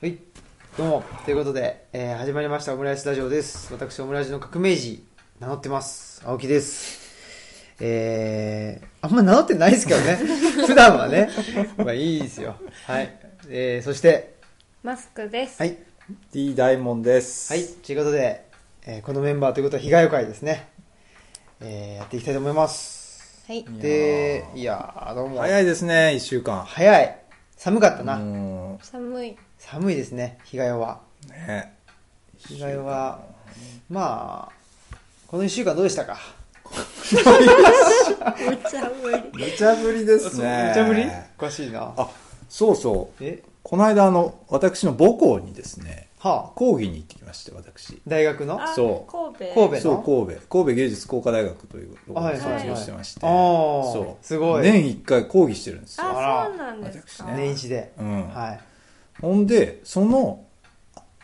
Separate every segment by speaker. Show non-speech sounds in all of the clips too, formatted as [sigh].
Speaker 1: はい、どうも、ということで、えー始まりましたオムライスラジオです。私、オムラジの革命児、名乗ってます。青木です。えー、あんま名乗ってないですけど [laughs] ね。普段はね。まあいいですよ。はい。えー、そして、
Speaker 2: マスクです。
Speaker 1: はい。
Speaker 3: D 大門です。
Speaker 1: はい、ということで、えーこのメンバーということは被害会ですね。えー、やっていきたいと思います。
Speaker 2: はい。
Speaker 1: で、いやー、どうも。
Speaker 3: 早
Speaker 1: い。
Speaker 3: いですね、一週間。
Speaker 1: 早い。寒かったな。
Speaker 3: うん。
Speaker 2: 寒い。
Speaker 1: 寒いですね、被害は。
Speaker 3: ね。
Speaker 1: 被害は、まあ、この1週間どうでしたか
Speaker 2: めっちゃ無理。
Speaker 3: 無茶ぶりですね。
Speaker 1: 無茶ぶりおかしいな。
Speaker 3: あ、そうそう。
Speaker 1: え
Speaker 3: この間、あの、私の母校にですね、
Speaker 1: はあ、
Speaker 3: 講義に行ってきまして、私。
Speaker 1: 大学の
Speaker 2: あ
Speaker 1: あ
Speaker 3: そう
Speaker 2: 神戸。
Speaker 1: 神戸
Speaker 3: そう、神戸。神戸芸術工科大学というところ
Speaker 1: はい
Speaker 3: を
Speaker 1: はい
Speaker 2: はい
Speaker 3: 卒業してまして。
Speaker 1: あー
Speaker 3: そう。
Speaker 1: すごい
Speaker 3: 年一回講義してるんですよ。
Speaker 2: あ、そうなんですか。
Speaker 3: あら
Speaker 1: 年一で。
Speaker 3: うん。
Speaker 1: はい。
Speaker 3: ほんで、その、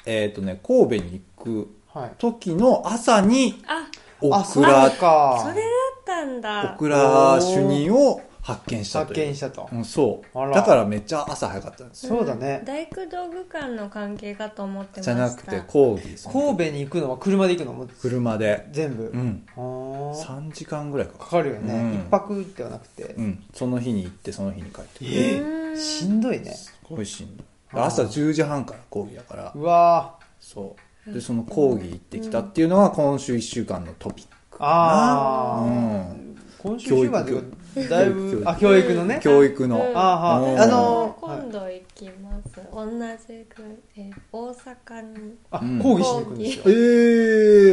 Speaker 3: えっ、とね、神戸に行く
Speaker 1: はい。
Speaker 3: 時の朝に、
Speaker 2: あ、
Speaker 3: オ
Speaker 1: あ、
Speaker 3: ク
Speaker 1: そう
Speaker 3: ラ
Speaker 1: か。
Speaker 2: それだったんだ
Speaker 3: オ。クラ主任を発見したと
Speaker 1: 発
Speaker 3: いう
Speaker 1: 見したと
Speaker 3: う。ん、そう
Speaker 1: あら
Speaker 3: だからめっちゃ朝早かったんですよ
Speaker 1: そうだね。
Speaker 2: 大工道具館の関係かと思ってました。
Speaker 3: じゃなくて講義その
Speaker 1: 神戸に行くのは車で行くのもう
Speaker 3: 車で
Speaker 1: 全部
Speaker 3: う。ん
Speaker 1: はあ
Speaker 3: 3時間ぐらいか
Speaker 1: か
Speaker 3: か
Speaker 1: かるよね。
Speaker 3: うん
Speaker 1: 一泊ではなくて
Speaker 3: るう。んその日に行ってその日に帰ってくる
Speaker 1: え
Speaker 2: う
Speaker 1: え
Speaker 2: ん
Speaker 1: しんどいね。
Speaker 3: すごいしんどい
Speaker 1: あー
Speaker 3: 朝10時半から講義だから
Speaker 1: うわ
Speaker 3: そうでその講義行ってきたっていうのが今週1週間のトピック
Speaker 1: ぁ。ああ。
Speaker 3: うん
Speaker 1: 今週週間というか、だいぶ、あ、教
Speaker 2: 教育
Speaker 1: 育のね。
Speaker 3: 教育の
Speaker 2: うん
Speaker 1: あーは
Speaker 3: うん
Speaker 1: ーあのーはい
Speaker 2: 今度行きます。同じく、えー大阪に。
Speaker 1: あ、
Speaker 3: うん
Speaker 1: 講義しに行くんですよ
Speaker 3: え。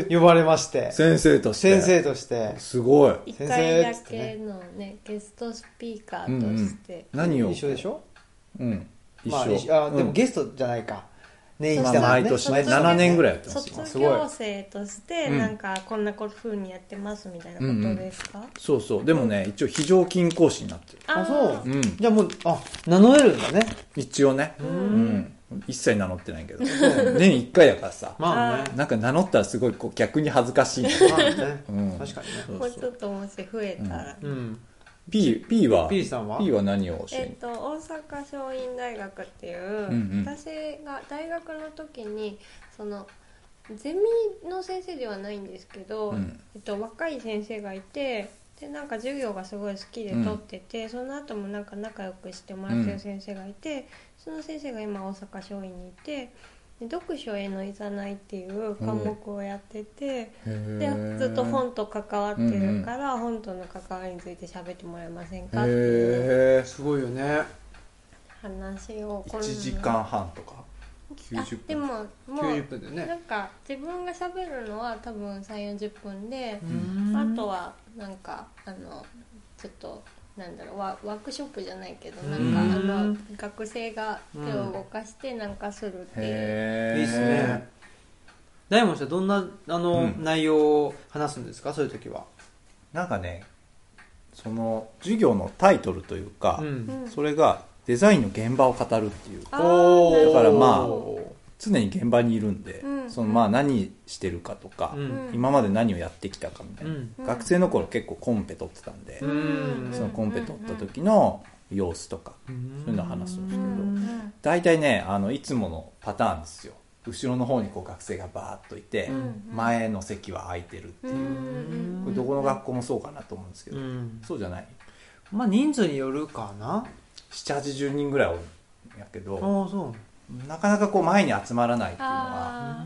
Speaker 3: ー
Speaker 1: 呼ばれまして。
Speaker 3: 先生として
Speaker 1: 先生として。
Speaker 3: すごい
Speaker 2: 一
Speaker 1: 先生
Speaker 2: 回だ
Speaker 1: っつってね
Speaker 2: けのね、ゲストスピーカーとして。
Speaker 3: 何を
Speaker 1: 一緒でしょ
Speaker 3: うん一
Speaker 1: まあ一
Speaker 3: 緒
Speaker 1: 緒あでもゲストじゃないか。年一だ
Speaker 3: まあ
Speaker 1: もんね。
Speaker 3: 毎年ね
Speaker 2: 卒業
Speaker 3: 7年ぐらいやってますよ
Speaker 2: 卒業生として、
Speaker 3: うん
Speaker 2: なんか、こんな風にやってますみたいなことですか
Speaker 3: そうそうでもね一応非常勤講師になってる
Speaker 1: あ
Speaker 2: ー
Speaker 1: そう
Speaker 3: うん
Speaker 1: じゃあもう、あ、名乗れるんだね。
Speaker 3: 一応ね
Speaker 2: う
Speaker 3: うんん一切名乗ってないけど年1回やからさ
Speaker 1: まあね。
Speaker 3: なんか名乗ったらすごいこう逆に恥ずかしいんだけど
Speaker 1: まあね
Speaker 3: うん。
Speaker 1: 確かにね。
Speaker 2: も
Speaker 3: そうう
Speaker 2: ち
Speaker 3: そ
Speaker 2: ょ
Speaker 3: う
Speaker 2: っともし増えたら、
Speaker 1: うん。
Speaker 3: P, P は
Speaker 1: P さんは
Speaker 3: P は何を教
Speaker 2: えっ、
Speaker 3: え
Speaker 2: と大阪松陰大学っていう、
Speaker 3: んうん
Speaker 2: 私が大学の時にそのゼミの先生ではないんですけど、
Speaker 3: うん
Speaker 2: えっと、若い先生がいてでなんか授業がすごい好きで取ってて、その後もなんか仲良くしてもらってる先生がいて、その先生が今大阪松陰にいて。で読書へのいざないっていう科目をやってて、で
Speaker 3: て
Speaker 2: ずっと本と関わってるから、本との関わりについて喋ってもらえませんかっていう
Speaker 3: へえ
Speaker 1: すごいよね。
Speaker 2: 話をこの
Speaker 3: 1時間半とか
Speaker 2: あ
Speaker 3: 90
Speaker 2: で
Speaker 3: 分
Speaker 2: もも
Speaker 1: 90
Speaker 2: う
Speaker 1: 分だよ
Speaker 2: な
Speaker 1: ね。
Speaker 2: んか自分が喋るのは多分3 4 0分で、
Speaker 1: うん
Speaker 2: あとはなんかあのちょっとなんだろうワワークショップじゃないけどなんか
Speaker 1: うん
Speaker 2: あの学生が手を動かしてなんかするっていう、
Speaker 3: へえ
Speaker 1: いいっすね。大門さん、どんな、あの、
Speaker 3: うん
Speaker 1: 内容を話すんですかそういう時は。
Speaker 3: なんかねその授業のタイトルというか、
Speaker 1: ん。
Speaker 2: うん
Speaker 3: それがデザインの現場を語るっていう
Speaker 2: あーなるほど
Speaker 3: だからまあ
Speaker 1: お
Speaker 3: 常に現場にいるんで、
Speaker 2: うん
Speaker 3: そのまあ何してるかとか、
Speaker 1: ーうん。
Speaker 3: 今まで何をやってきたかみたいな、
Speaker 1: うん
Speaker 3: 学生の頃結構コンペ取ってたんで、
Speaker 1: うん
Speaker 3: そのコンペ取った時の様子とか、そういうのを話すんですけど、
Speaker 2: うん
Speaker 3: 大体ねあのいつものパターンですよ後ろの方にこう学生がバーッといて、
Speaker 1: ん
Speaker 3: 前の席は空いてるって
Speaker 2: う
Speaker 3: い
Speaker 2: ん
Speaker 3: う、
Speaker 2: うん
Speaker 3: これどこの学校もそうかなと思うんですけど、
Speaker 1: うん。
Speaker 3: そうじゃない
Speaker 1: まあ、人数によるかな。
Speaker 3: 780人ぐらいおるんやけ
Speaker 1: ああ、
Speaker 3: ど、
Speaker 1: そ
Speaker 3: なかなかこう前に集まらないっていうのは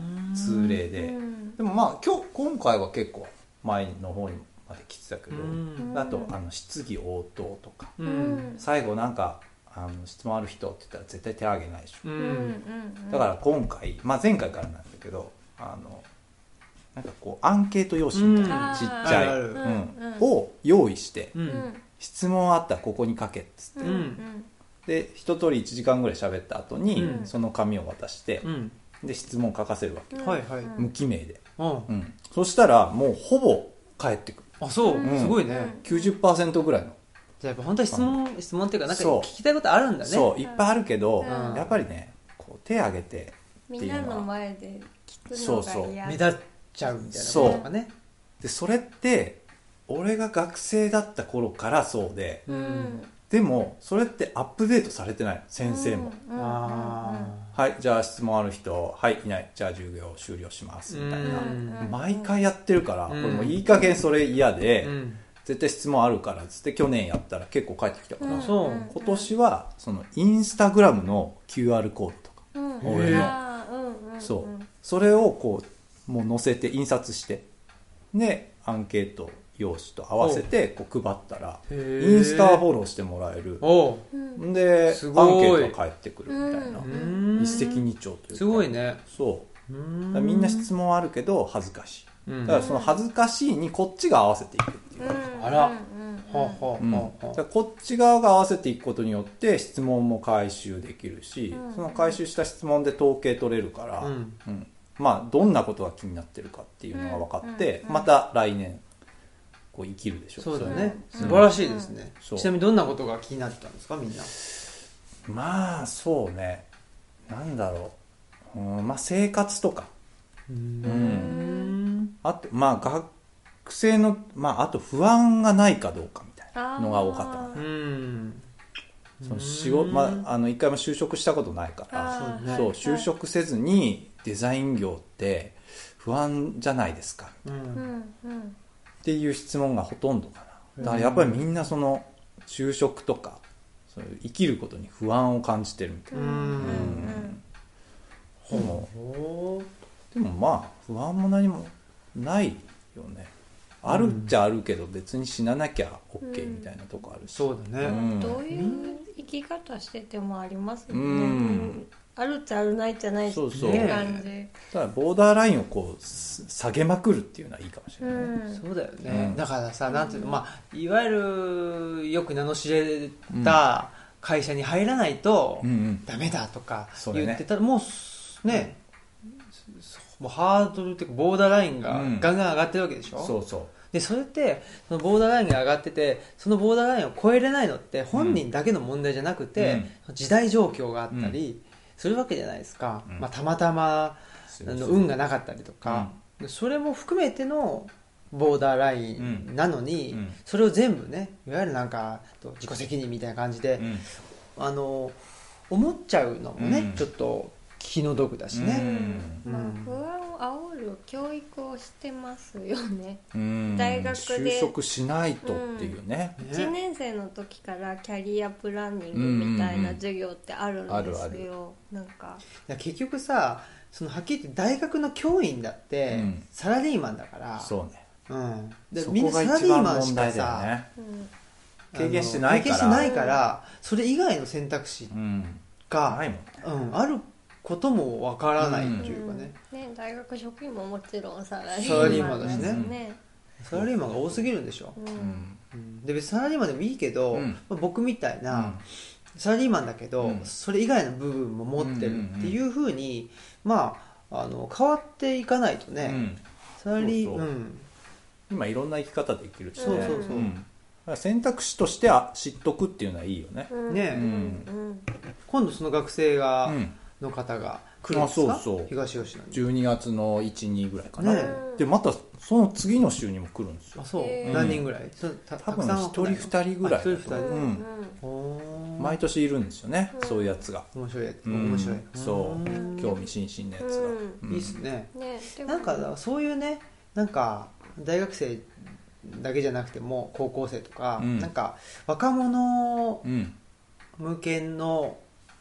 Speaker 2: あ
Speaker 1: う。
Speaker 3: 通例で、
Speaker 2: ーうん
Speaker 3: でもまあ今日今回は結構前の方にまで来てたけ
Speaker 1: う
Speaker 3: ど、
Speaker 1: ん。
Speaker 3: あとあの質疑応答とか、
Speaker 1: う。
Speaker 2: うんん
Speaker 3: 最後なんかあの質問ある人って言ったら絶対手挙げないでしょ、
Speaker 1: う
Speaker 2: うんうん
Speaker 1: ん。
Speaker 2: うん
Speaker 3: だから今回、まあ、前回からなんだけどあのなんかこうアンケート用紙みたいな、
Speaker 2: うん
Speaker 3: ちっちゃい
Speaker 1: あるある
Speaker 3: うん
Speaker 2: うん
Speaker 3: を用意して、
Speaker 1: う。
Speaker 2: うんん
Speaker 3: 質問あったらここに書けっつって、
Speaker 2: うんうん
Speaker 3: で一通り1時間ぐらい喋った後に、
Speaker 1: うん
Speaker 3: その紙を渡して
Speaker 1: う、ん。
Speaker 3: で質問書かせるわけ、
Speaker 2: うん
Speaker 1: はいはい
Speaker 2: うん
Speaker 3: 無記名で、
Speaker 1: うん
Speaker 3: うん、そしたらもうほぼ返ってくる
Speaker 1: あ、そうう。
Speaker 3: ん
Speaker 1: すごいね。
Speaker 3: 90%ぐらいの
Speaker 1: じゃあやっぱ本当は質問、質問っていうか、なんか
Speaker 3: そう
Speaker 1: 聞きたいことあるんだね。
Speaker 3: そういっぱいあるけど、
Speaker 2: うん
Speaker 3: やっぱりねこう手挙げて
Speaker 2: みんなの前で聞く
Speaker 3: そ
Speaker 2: の
Speaker 3: うそう
Speaker 2: が嫌
Speaker 1: 目立っちゃうみたいなこととかね。
Speaker 3: でそれって俺が学生だった頃からそうで
Speaker 2: うん
Speaker 3: でもそれってアップデートされてないの先生も、
Speaker 2: うんうん
Speaker 1: あ
Speaker 3: はいじゃあ質問ある人はいいないじゃあ授業終了しますみたい
Speaker 2: うん
Speaker 3: な、
Speaker 2: うん
Speaker 3: 毎回やってるから、
Speaker 1: うん
Speaker 3: これもういい加減それ嫌で、
Speaker 1: ーうん
Speaker 3: 絶対質問あるからっつって去年やったら結構返ってきたから、
Speaker 2: うん
Speaker 1: そう
Speaker 3: 今年はそのインスタグラムの QR コードとか、
Speaker 2: うんうん
Speaker 3: 俺の
Speaker 2: あーうんうん
Speaker 3: そううんそれをこうもう載せて印刷してでアンケート用紙と合わせてこう配ったら
Speaker 1: イ
Speaker 3: インスタフォ
Speaker 1: ー
Speaker 3: ローしてもらえる
Speaker 1: おうん
Speaker 3: んでアンケ
Speaker 1: すごい
Speaker 3: ートが返ってくるみたいな、
Speaker 1: う
Speaker 2: う
Speaker 1: ーん
Speaker 3: 一石二鳥というか
Speaker 1: すごいね
Speaker 3: そう
Speaker 1: う
Speaker 3: だ
Speaker 1: ん
Speaker 3: からみんな質問あるけど恥ずかしい
Speaker 1: うん
Speaker 3: だからその恥ずかしいにこっちが合わせていくっていう
Speaker 2: うん
Speaker 3: か、
Speaker 2: うん
Speaker 1: あら
Speaker 2: うん
Speaker 1: ほうほう
Speaker 3: うん
Speaker 1: ほうほ
Speaker 3: だか
Speaker 1: う
Speaker 3: らこっち側が合わせていくことによって質問も回収できるし、
Speaker 2: うん
Speaker 3: その回収した質問で統計取れるから、
Speaker 1: うん
Speaker 3: うんまあ、どんなことが気になってるかっていうのが分かって、
Speaker 2: うんうん
Speaker 3: また来年こう生きるでしょ
Speaker 1: そうだね
Speaker 2: うん
Speaker 1: 素晴らしいですね
Speaker 3: そう
Speaker 1: ちなみにどんなことが気になってたんですかみんな
Speaker 3: まあそうねなんだろう、うんまあ、生活とか
Speaker 1: う
Speaker 2: うん
Speaker 3: あとまあ学生の、まあ、あと不安がないかどうかみたいなのが多かったか
Speaker 2: あ
Speaker 3: な
Speaker 2: ー
Speaker 1: うん
Speaker 3: その仕事、まあ、あの一回も就職したことないから
Speaker 2: あー
Speaker 1: そうね
Speaker 3: そう
Speaker 2: はい
Speaker 3: 就職せずにデザイン業って不安じゃないですか
Speaker 1: う
Speaker 2: うんんうん
Speaker 3: っていう質問がほとんどかなだ
Speaker 1: う
Speaker 3: か
Speaker 1: ん
Speaker 3: らやっぱりみんなその就職とかそういう生きることに不安を感じてるみたい
Speaker 1: うん
Speaker 3: な、
Speaker 2: うん
Speaker 3: でも
Speaker 1: おー
Speaker 3: でもまあ不安も何もないよねあるっちゃあるけど別に死ななきゃ OK みたいなとこあるし、
Speaker 1: そうだ
Speaker 3: う
Speaker 1: ね
Speaker 3: ん
Speaker 2: どういう生き方しててもありますよね、
Speaker 3: うん
Speaker 2: あるっちゃあるないっちゃない
Speaker 3: そうそう
Speaker 2: ってい感じ、
Speaker 3: ただボーダーラインをこうす下げまくるっていうのはいいかもしれない、
Speaker 2: うん
Speaker 1: そうだよね、
Speaker 3: うん
Speaker 1: だからさなんていうの、まあ、いわゆるよく名の知れた会社に入らないと
Speaker 3: うんうん
Speaker 1: ダメだとか
Speaker 3: そうだね
Speaker 1: 言ってたら、もうすね、そもうハードルっていうかボーダーラインが
Speaker 3: うん
Speaker 1: ガンガン上がってるわけでしょ、
Speaker 3: そうそう
Speaker 1: でそれってそのボーダーラインが上がっててそのボーダーラインを超えれないのって本人だけの問題じゃなくて、時代状況があったりするわけじゃないですか、
Speaker 3: うん
Speaker 1: まあ、たまたま
Speaker 3: そう
Speaker 1: あ
Speaker 3: そ
Speaker 1: の
Speaker 3: う
Speaker 1: 運がなかったりとか、それも含めてのボーダーラインなのに、
Speaker 3: うんうん
Speaker 1: それを全部ねいわゆるなんかと自己責任みたいな感じで、
Speaker 3: うん
Speaker 1: あの思っちゃうのもね、
Speaker 3: うん
Speaker 1: ちょっと気の毒だし
Speaker 2: う
Speaker 1: ね、
Speaker 2: ん
Speaker 1: うん
Speaker 2: まあ、不安を煽る教育をしてますよね、
Speaker 3: うん
Speaker 2: 大学で
Speaker 3: 就職しないとっていう
Speaker 1: ね
Speaker 3: ね、
Speaker 2: 1年生の時からキャリアプランニングみたいな授業ってあるんですよ、
Speaker 3: うんうんうんある
Speaker 2: なんか
Speaker 1: いや結局さそのはっきり言って大学の教員だって、
Speaker 3: うん
Speaker 1: サラリーマンだから
Speaker 3: そうね
Speaker 1: うん、で
Speaker 3: そ
Speaker 1: みん
Speaker 3: こ
Speaker 1: なサラ
Speaker 3: が
Speaker 1: リー
Speaker 3: 一番
Speaker 1: マンし
Speaker 3: 問
Speaker 1: か
Speaker 3: 題だよ
Speaker 1: さ、
Speaker 3: ね
Speaker 2: うん
Speaker 1: あの
Speaker 3: 経験してない
Speaker 1: 経
Speaker 3: から
Speaker 1: 験してないからそれ以外の選択肢
Speaker 3: うん
Speaker 1: が、
Speaker 3: ないもんね
Speaker 1: うん、あることもわからないというかね、
Speaker 2: ね大学職員ももちろんサラリ
Speaker 1: サラリ
Speaker 2: ー
Speaker 1: ーマ
Speaker 2: マ
Speaker 1: ン
Speaker 2: ン
Speaker 1: だ
Speaker 2: だ
Speaker 1: し
Speaker 2: し
Speaker 1: ね
Speaker 2: ね
Speaker 1: サラリーマンが多すぎるんでしょ、
Speaker 2: うん
Speaker 3: うん
Speaker 1: うんで別にサラリーマンでもいいけど、
Speaker 3: うん
Speaker 1: まあ僕みたいな、サラリーマンだけど、
Speaker 3: うん
Speaker 1: それ以外の部分も持ってるっていうふうに、まああの変わっていかないと
Speaker 3: う
Speaker 1: ね、
Speaker 3: ん
Speaker 1: サラリー
Speaker 3: そう
Speaker 1: う
Speaker 3: そうん今いろんな生き方できるしね
Speaker 1: そうそうそう
Speaker 3: うんだから選択肢としてあ知っとくっていうのはいいよね
Speaker 2: うん
Speaker 1: ね
Speaker 2: うん
Speaker 1: 今度その学生が、
Speaker 3: うん
Speaker 1: の方が来るんですか
Speaker 3: あそうそう
Speaker 1: 東吉野に
Speaker 3: 12月の12ぐらいかな、
Speaker 1: ね
Speaker 2: うん
Speaker 3: でまたその次の週にも来るんです
Speaker 1: あ
Speaker 3: よ
Speaker 1: そう、
Speaker 2: へー
Speaker 1: 何人ぐらいそた
Speaker 3: 多
Speaker 1: た
Speaker 3: 分
Speaker 1: くさんは
Speaker 3: 一人二人ぐらいだと
Speaker 1: あ一人
Speaker 2: う
Speaker 1: 二
Speaker 2: ん
Speaker 1: 人
Speaker 3: うん
Speaker 1: おー
Speaker 3: 毎年いるんですよね、
Speaker 2: うん
Speaker 3: そういうやつが
Speaker 1: 面白いやつ、
Speaker 3: うん
Speaker 1: 面白い
Speaker 3: そう
Speaker 1: ーん
Speaker 3: 興味津々のやつが、
Speaker 2: うん
Speaker 3: うん
Speaker 1: いいっすね、
Speaker 2: うんねでも
Speaker 1: なんかそういうねなんか大学生だけじゃなくても高校生とか、
Speaker 3: うん
Speaker 1: なんか若者
Speaker 3: うん
Speaker 1: 向けの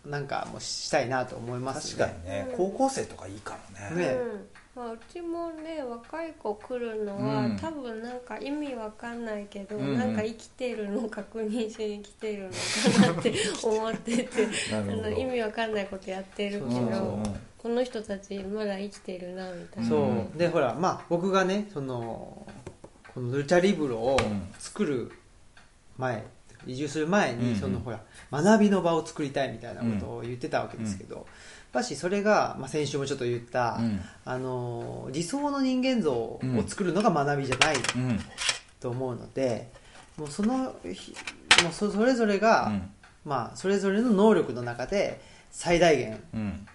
Speaker 1: なんかもしたいなと思います
Speaker 3: 確かにね
Speaker 2: うん
Speaker 3: 高校生とかいいかもね
Speaker 1: ね
Speaker 2: うんまあ、うちもね若い子来るのは、
Speaker 3: うん
Speaker 2: 多分なんか意味わかんないけど、
Speaker 3: うんうん
Speaker 2: なんか生きてるのを確認しに来てるの
Speaker 1: [laughs]
Speaker 2: かなって思ってて
Speaker 3: な
Speaker 2: あ
Speaker 3: るほ
Speaker 2: の
Speaker 3: ど
Speaker 2: 意味わかんないことやってるけど
Speaker 1: そうそう
Speaker 2: この人たちまだ生きてるなみたいな。
Speaker 1: そう、
Speaker 3: うん
Speaker 1: でほらまあ僕がねそのこのルチャリブロを
Speaker 3: うん
Speaker 1: 作る前、移住する前に、
Speaker 3: うん
Speaker 1: そのほら学びの場を作りたいみたいなことを言ってたわけですけど、やっぱしそれが、まあ、先週もちょっと言った、
Speaker 3: うん
Speaker 1: あの理想の人間像を作るのが学びじゃない
Speaker 3: うん
Speaker 1: と思うので、もうその日もうそそれぞれが、
Speaker 3: うん
Speaker 1: まあ、それぞれの能力の中で最大限
Speaker 3: うん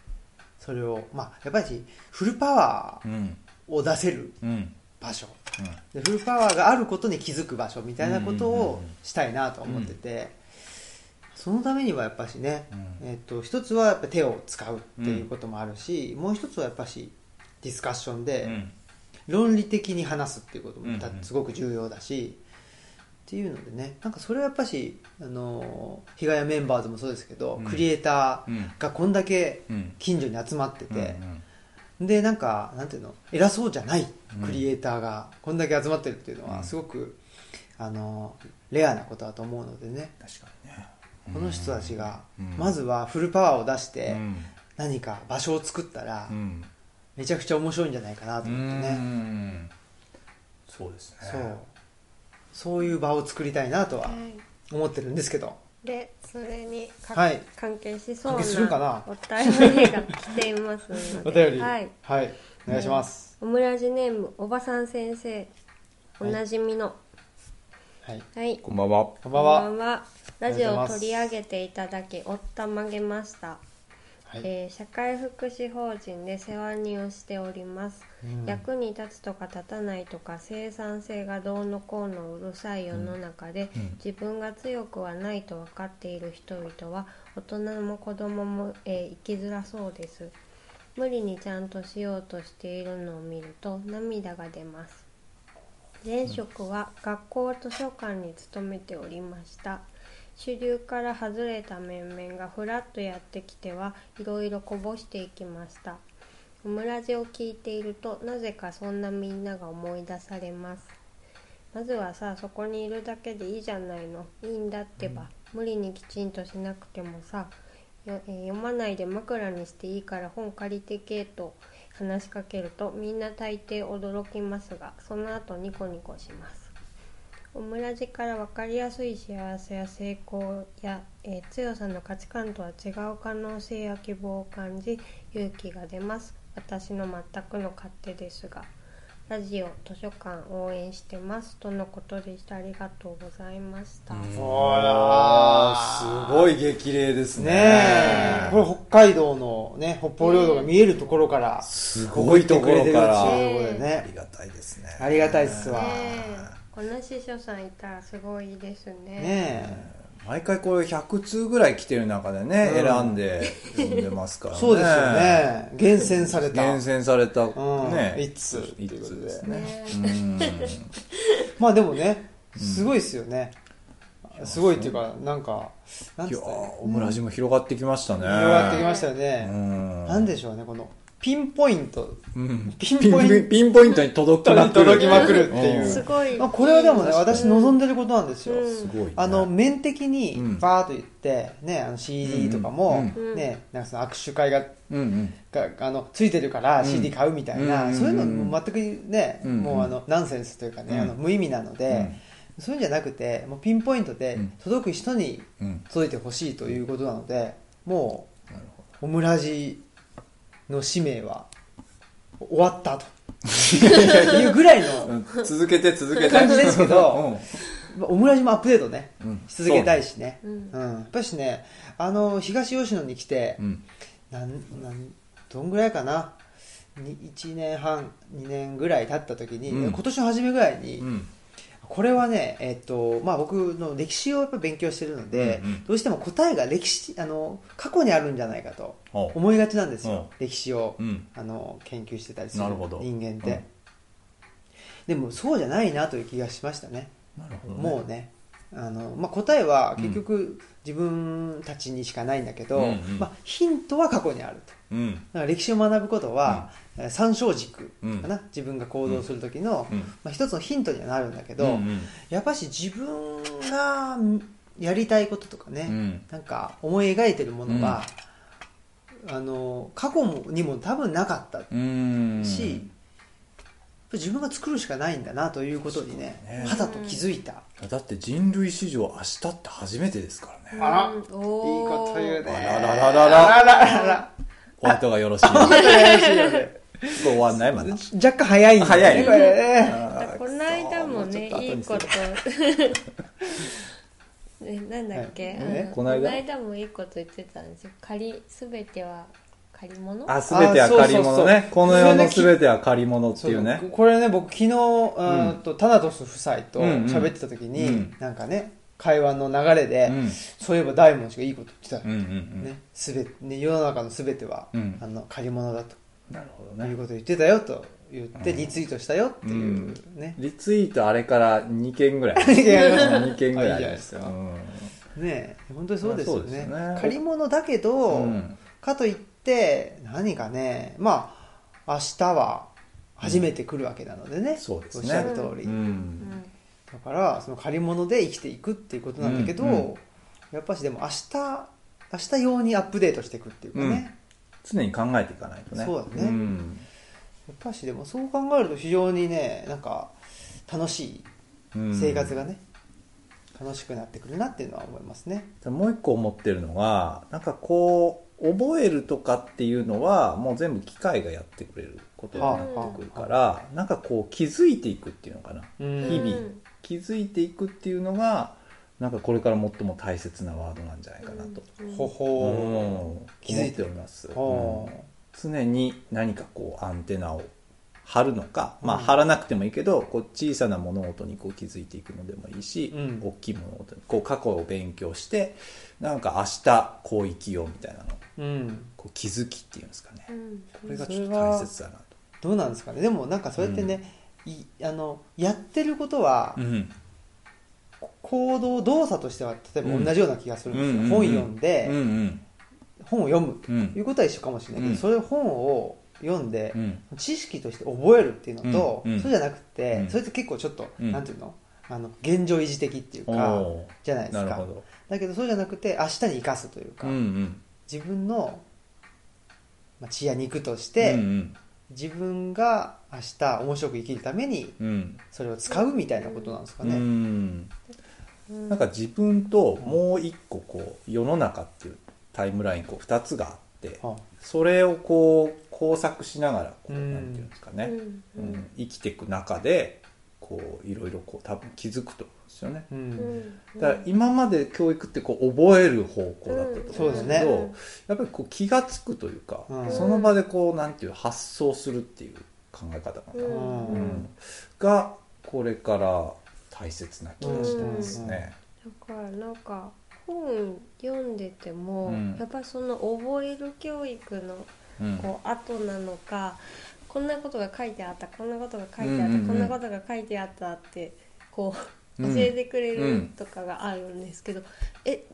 Speaker 1: それを、まあ、やっぱりフルパワー
Speaker 3: うん
Speaker 1: を出せる
Speaker 3: うん
Speaker 1: 場所
Speaker 3: うん
Speaker 1: でフルパワーがあることに気づく場所みたいなこと
Speaker 3: うんうんうん
Speaker 1: を
Speaker 3: うん
Speaker 1: したいなと思ってて、そのためにはやっぱしね、
Speaker 3: うん
Speaker 1: えっと一つはやっぱ手を使うっていうこともあるし、もう一つはやっぱしディスカッションで、
Speaker 3: うん
Speaker 1: 論理的に話すっていうこともた
Speaker 3: うんうん
Speaker 1: すごく重要だし、っていうのでねなんかそれはやっぱしあの日がやメンバーズもそうですけど、
Speaker 3: うん
Speaker 1: クリエイタ
Speaker 3: うん
Speaker 1: ーがこんだけ
Speaker 3: うん
Speaker 1: 近所に集まってて、
Speaker 3: うん
Speaker 1: でなんかなんていうの偉そうじゃない
Speaker 3: うん
Speaker 1: クリエイターがこんだけ集まってるっていうの
Speaker 3: う
Speaker 1: は
Speaker 3: ん
Speaker 1: すごく、あのレアなことだと思うのでね
Speaker 3: 確かにね
Speaker 1: この人たちが
Speaker 3: うん
Speaker 1: まずはフルパワーを出して
Speaker 3: うん
Speaker 1: 何か場所を作ったら
Speaker 3: うん
Speaker 1: めちゃくちゃ面白いんじゃないかなと思って
Speaker 3: う
Speaker 1: ね
Speaker 3: んそうですね
Speaker 1: そうそういう場を作りたいなとは
Speaker 2: はい
Speaker 1: 思ってるんですけど
Speaker 2: でそれにか
Speaker 1: はい
Speaker 2: 関係しそう
Speaker 1: 関係するか
Speaker 2: な
Speaker 1: な
Speaker 2: お便りが来ています
Speaker 1: [laughs]
Speaker 2: の
Speaker 1: お
Speaker 2: で
Speaker 1: 便り
Speaker 2: は
Speaker 1: はいい、お願いします
Speaker 2: オムラジネームおばさん先生お
Speaker 1: はい
Speaker 2: なじみの
Speaker 1: はい
Speaker 2: はい
Speaker 3: こんばんは
Speaker 1: こんばんは
Speaker 2: こんばんはラジオを取り上げていただきおったまげました
Speaker 1: はい
Speaker 2: えー社会福祉法人で世話人をしております、
Speaker 1: うん
Speaker 2: 役に立つとか立たないとか生産性がどうのこうのうるさい世の中で、
Speaker 3: うんうん
Speaker 2: 自分が強くはないと分かっている人々は大人も子供も、えー生きづらそうです無理にちゃんとしようとしているのを見ると涙が出ます前職は学校図書館に勤めておりました主流から外れた面々がふらっとやってきてはいろいろこぼしていきましたオムラジを聞いているとなぜかそんなみんなが思い出されますまずはさそこにいるだけでいいじゃないのいいんだってば、無理にきちんとしなくてもさよえー読まないで枕にしていいから本借りてけと話しかけるとみんな大抵驚きますがその後ニコニコしますオムラジから分かりやすい幸せや成功や、えー強さの価値観とは違う可能性や希望を感じ勇気が出ます私の全くの勝手ですがラジオ図書館応援してますとのことでしたありがとうございました、
Speaker 1: ほら
Speaker 3: すごい激励ですね
Speaker 1: ねえこれ北海道のね北方領土が見えるところから
Speaker 3: すごいところから
Speaker 1: 送ってくれてるっていうことで
Speaker 3: あ
Speaker 1: ね
Speaker 3: りがたいですね
Speaker 1: ありがたいっすわ
Speaker 2: ねえこの司書さんいたらすごいですね
Speaker 1: ね
Speaker 3: 毎回これ100通ぐらい来てる中でね、
Speaker 1: うん
Speaker 3: 選んで読んでますか
Speaker 1: え
Speaker 3: らね
Speaker 1: そうですよね厳選された
Speaker 3: 厳選された、
Speaker 1: うん
Speaker 3: ね
Speaker 1: 一通って
Speaker 3: 一
Speaker 1: いうことで
Speaker 3: 通ですね
Speaker 2: ね
Speaker 3: うん
Speaker 1: まあでもねすごいですよね、すごいっていうかなんかなん
Speaker 3: い
Speaker 1: つ
Speaker 3: や
Speaker 1: っ
Speaker 3: ー
Speaker 1: たらいい
Speaker 3: オムラジも広がってきましたね
Speaker 1: 広がってきましたよね、
Speaker 3: うん
Speaker 1: なんでしょうねこのピンポイント
Speaker 3: うん
Speaker 1: ピンポイント
Speaker 3: ピンポイントに届きまくる
Speaker 1: 届きまくるっていうん
Speaker 2: すごい
Speaker 1: まあ、これはでもね
Speaker 3: うん
Speaker 1: 私望んでることなんですよ、
Speaker 2: うん
Speaker 3: すごいね、
Speaker 1: あの面的
Speaker 3: う
Speaker 1: に
Speaker 3: ん
Speaker 1: バーッと言って、ね、あの CD とかも、
Speaker 3: うん
Speaker 1: ね、なんかその握手会が
Speaker 3: うんうん
Speaker 1: があのついてるから
Speaker 3: ん
Speaker 1: CD 買うみたいな、
Speaker 3: うん
Speaker 1: そういうのも全くね、
Speaker 3: うん
Speaker 1: もうあのナンセンスというかね、
Speaker 3: うん
Speaker 1: あの無意味なので、そういうんじゃなくてもうピンポイントで
Speaker 3: うん
Speaker 1: 届く人に
Speaker 3: うんうん
Speaker 1: 届いてほしいということなのでもうオムラジの使命は終わったというぐらいの
Speaker 3: 続けて続けて
Speaker 1: 感じですけど、まあオムラジもアップデートね
Speaker 3: うんうん
Speaker 1: し続けたいしね、
Speaker 2: う
Speaker 1: うん
Speaker 2: ん
Speaker 1: やっぱしねあの東吉野に来て、
Speaker 3: うん
Speaker 1: なんなんどんぐらいかなに1年半2年ぐらい経った時に、
Speaker 3: うん
Speaker 1: 今年の初めぐらいに、
Speaker 3: うん
Speaker 1: これはね、えっとまあ、僕の歴史をやっぱ勉強してるので、
Speaker 3: うんうん
Speaker 1: どうしても答えが歴史あの過去にあるんじゃないかと
Speaker 3: ほう
Speaker 1: 思いがちなんですよ、歴史を、
Speaker 3: うん
Speaker 1: あの研究してたりする
Speaker 3: なるほど
Speaker 1: 人間って、
Speaker 3: うん
Speaker 1: でもそうじゃないなという気がしましたね
Speaker 3: なるほどね
Speaker 1: もうねあの、まあ、答えは結局自分たちにしかないんだけど、
Speaker 3: うんうん
Speaker 1: まあ、ヒントは過去にあると
Speaker 3: うん
Speaker 1: だから歴史を学ぶことは、えー参照軸かな、
Speaker 3: う
Speaker 1: 自分が行動する時の、
Speaker 3: うん
Speaker 1: まあ、一つのヒントにはなるんだけど、
Speaker 3: うん
Speaker 1: やっぱし自分がやりたいこととかね、
Speaker 3: うん
Speaker 1: なんか思い描いてるものは、あの過去にも多分なかった
Speaker 3: うんうん
Speaker 1: し、自分が作るしかないんだなということにね
Speaker 3: そうね
Speaker 1: 肌と気づいた、
Speaker 3: だって人類史上明日って初めてですからね、
Speaker 1: あら
Speaker 2: うん
Speaker 1: いいこと言うね
Speaker 3: あららららら
Speaker 1: あらららら
Speaker 3: お後がよろしい
Speaker 1: あ
Speaker 3: です
Speaker 1: ららららら
Speaker 3: 終わんないまだ
Speaker 1: [laughs] 若干早いんだね
Speaker 3: 早い
Speaker 1: これね
Speaker 2: だからこの間もね
Speaker 3: あー
Speaker 2: いい
Speaker 3: くそ
Speaker 2: こ
Speaker 3: もうちょっ後にする
Speaker 2: と [laughs] ねなんだっけ、
Speaker 1: はい
Speaker 2: あ
Speaker 1: え
Speaker 2: の
Speaker 3: この間
Speaker 2: もいいこと言ってたんですよ借りすべては借り物
Speaker 3: あ全ては借り物
Speaker 1: あそうそう
Speaker 3: ね
Speaker 1: そう
Speaker 3: この世の全ては借り物っていうね
Speaker 1: そうこれね僕昨日、うん、とタナトス夫妻と
Speaker 3: うんうん
Speaker 1: 喋ってた時に、
Speaker 3: うん
Speaker 1: なんかね会話の流れで、
Speaker 3: うん
Speaker 1: そういえば大門氏がいいこと言って
Speaker 3: うん
Speaker 1: た、
Speaker 3: うんうん
Speaker 1: ねすべね、世の中の全ては、
Speaker 3: うん
Speaker 1: あの借り物だと
Speaker 3: なるほど
Speaker 1: いう
Speaker 3: ね
Speaker 1: ことを言ってたよと言って、
Speaker 3: うん
Speaker 1: リツイートしたよっていうね、
Speaker 3: リツイートあれから2件
Speaker 1: [laughs]
Speaker 3: ぐらい
Speaker 1: いやいや
Speaker 3: 2件ぐらい
Speaker 1: あいいじゃない
Speaker 3: で
Speaker 1: ですす
Speaker 3: よ
Speaker 1: かねえ本当にそうですよね,、
Speaker 3: そうですね
Speaker 1: 借り物だけど、
Speaker 3: うん
Speaker 1: かといって何かねまあ明日は初めて来るわけなのでね、
Speaker 3: そうですね
Speaker 1: おっしゃる通り、
Speaker 3: うんうん
Speaker 1: だからその借り物で生きていくっていうことなんだけど、
Speaker 3: うんうん
Speaker 1: やっぱしでも明日明日用にアップデートしていくっていうかね、
Speaker 3: うん
Speaker 1: や
Speaker 3: 常に考えていかないとね
Speaker 1: そうだね
Speaker 3: ん
Speaker 1: っぱしでもそう考えると非常にねなんか楽し
Speaker 3: う
Speaker 1: い
Speaker 3: ん
Speaker 1: 生活がね、楽しくなってくるなっていうのは思いますね
Speaker 3: でもう一個思ってるのがなんかこう覚えるとかっていうのはもう全部機械がやってくれることになってくるからなんかこう気づいていくっていうのかな
Speaker 1: うん
Speaker 3: 日々気づいていくっていうのがなんかこれから最も大切なワードなんじゃないかなと、
Speaker 1: ほ
Speaker 3: う
Speaker 1: ほ
Speaker 3: ん
Speaker 1: 気づいて
Speaker 3: 思っております、
Speaker 1: ほ
Speaker 3: うん常に何かこうアンテナを張るのか、まあ、
Speaker 1: うん
Speaker 3: 張らなくてもいいけどこう小さな物音にこう気づいていくのでもいいし、
Speaker 1: うん
Speaker 3: 大きい物音にこう過去を勉強してなんか明日こう生きようみたいなの
Speaker 1: うん、
Speaker 3: こう気づきっていうんですかねこれ
Speaker 2: れ
Speaker 3: がちょっと大切だなと。
Speaker 1: どうなんですかねでもなんかそうやってね、いあのやってることは、
Speaker 3: うん
Speaker 1: 行動動作としては例えば同じような気がするんですよ、
Speaker 3: うんうん
Speaker 1: 本読ん
Speaker 3: うんう
Speaker 1: で、
Speaker 3: ん
Speaker 1: 本を読む
Speaker 3: う
Speaker 1: というんことは一緒かもしれないけど、
Speaker 3: うん
Speaker 1: それを本を読んで
Speaker 3: う、ん
Speaker 1: 知識として覚えるっていうのと、
Speaker 3: うんうん
Speaker 1: そうじゃなくて、
Speaker 3: うん
Speaker 1: それって結構ちょっと、
Speaker 3: うん
Speaker 1: なんていうのあの現状維持的っていうか
Speaker 3: お
Speaker 1: じゃない
Speaker 3: ー
Speaker 1: で
Speaker 3: な
Speaker 1: す
Speaker 3: る
Speaker 1: か
Speaker 3: ほど、
Speaker 1: だけどそうじゃなくて明日に生かすという
Speaker 3: う
Speaker 1: か、
Speaker 3: んうん、
Speaker 1: 自分の、まあ、血や肉として、
Speaker 3: うんうん
Speaker 1: 自分が明日面白く生きるために
Speaker 3: うん
Speaker 1: それを使うみたいなことなんですか
Speaker 3: う
Speaker 1: ね。
Speaker 2: な
Speaker 3: んなんか自分ともう一個こう世の中っていうタイムラインこう2つがあって
Speaker 1: は
Speaker 3: それをこう工作しながらこう
Speaker 1: うん
Speaker 3: なんていうんですか
Speaker 2: ね
Speaker 3: ね、うん、生きていく中でこういろいろこう多分気づくと思うんですよね
Speaker 1: あうん
Speaker 3: だから今まで教育ってこう覚える方向だったと思うんですけど、
Speaker 1: うんそう
Speaker 3: やっぱりこう気が付くというか、
Speaker 1: うん
Speaker 3: その場でこうなんていう発想するっていう考え方かな、
Speaker 1: うん
Speaker 3: うんがこれから大切な気がしてますね。
Speaker 2: だからなんか本読んでても、
Speaker 3: うん
Speaker 2: やっぱりその覚える教育の
Speaker 3: うん
Speaker 2: こう後なのか、こんなことが書いてあったこんなことが書いてあった、
Speaker 3: うんうんうん
Speaker 2: こんなことが書いてあったってこう
Speaker 3: う
Speaker 2: 教
Speaker 3: ん
Speaker 2: えてくれ
Speaker 3: う
Speaker 2: る
Speaker 3: ん
Speaker 2: とかがあるんですけど、え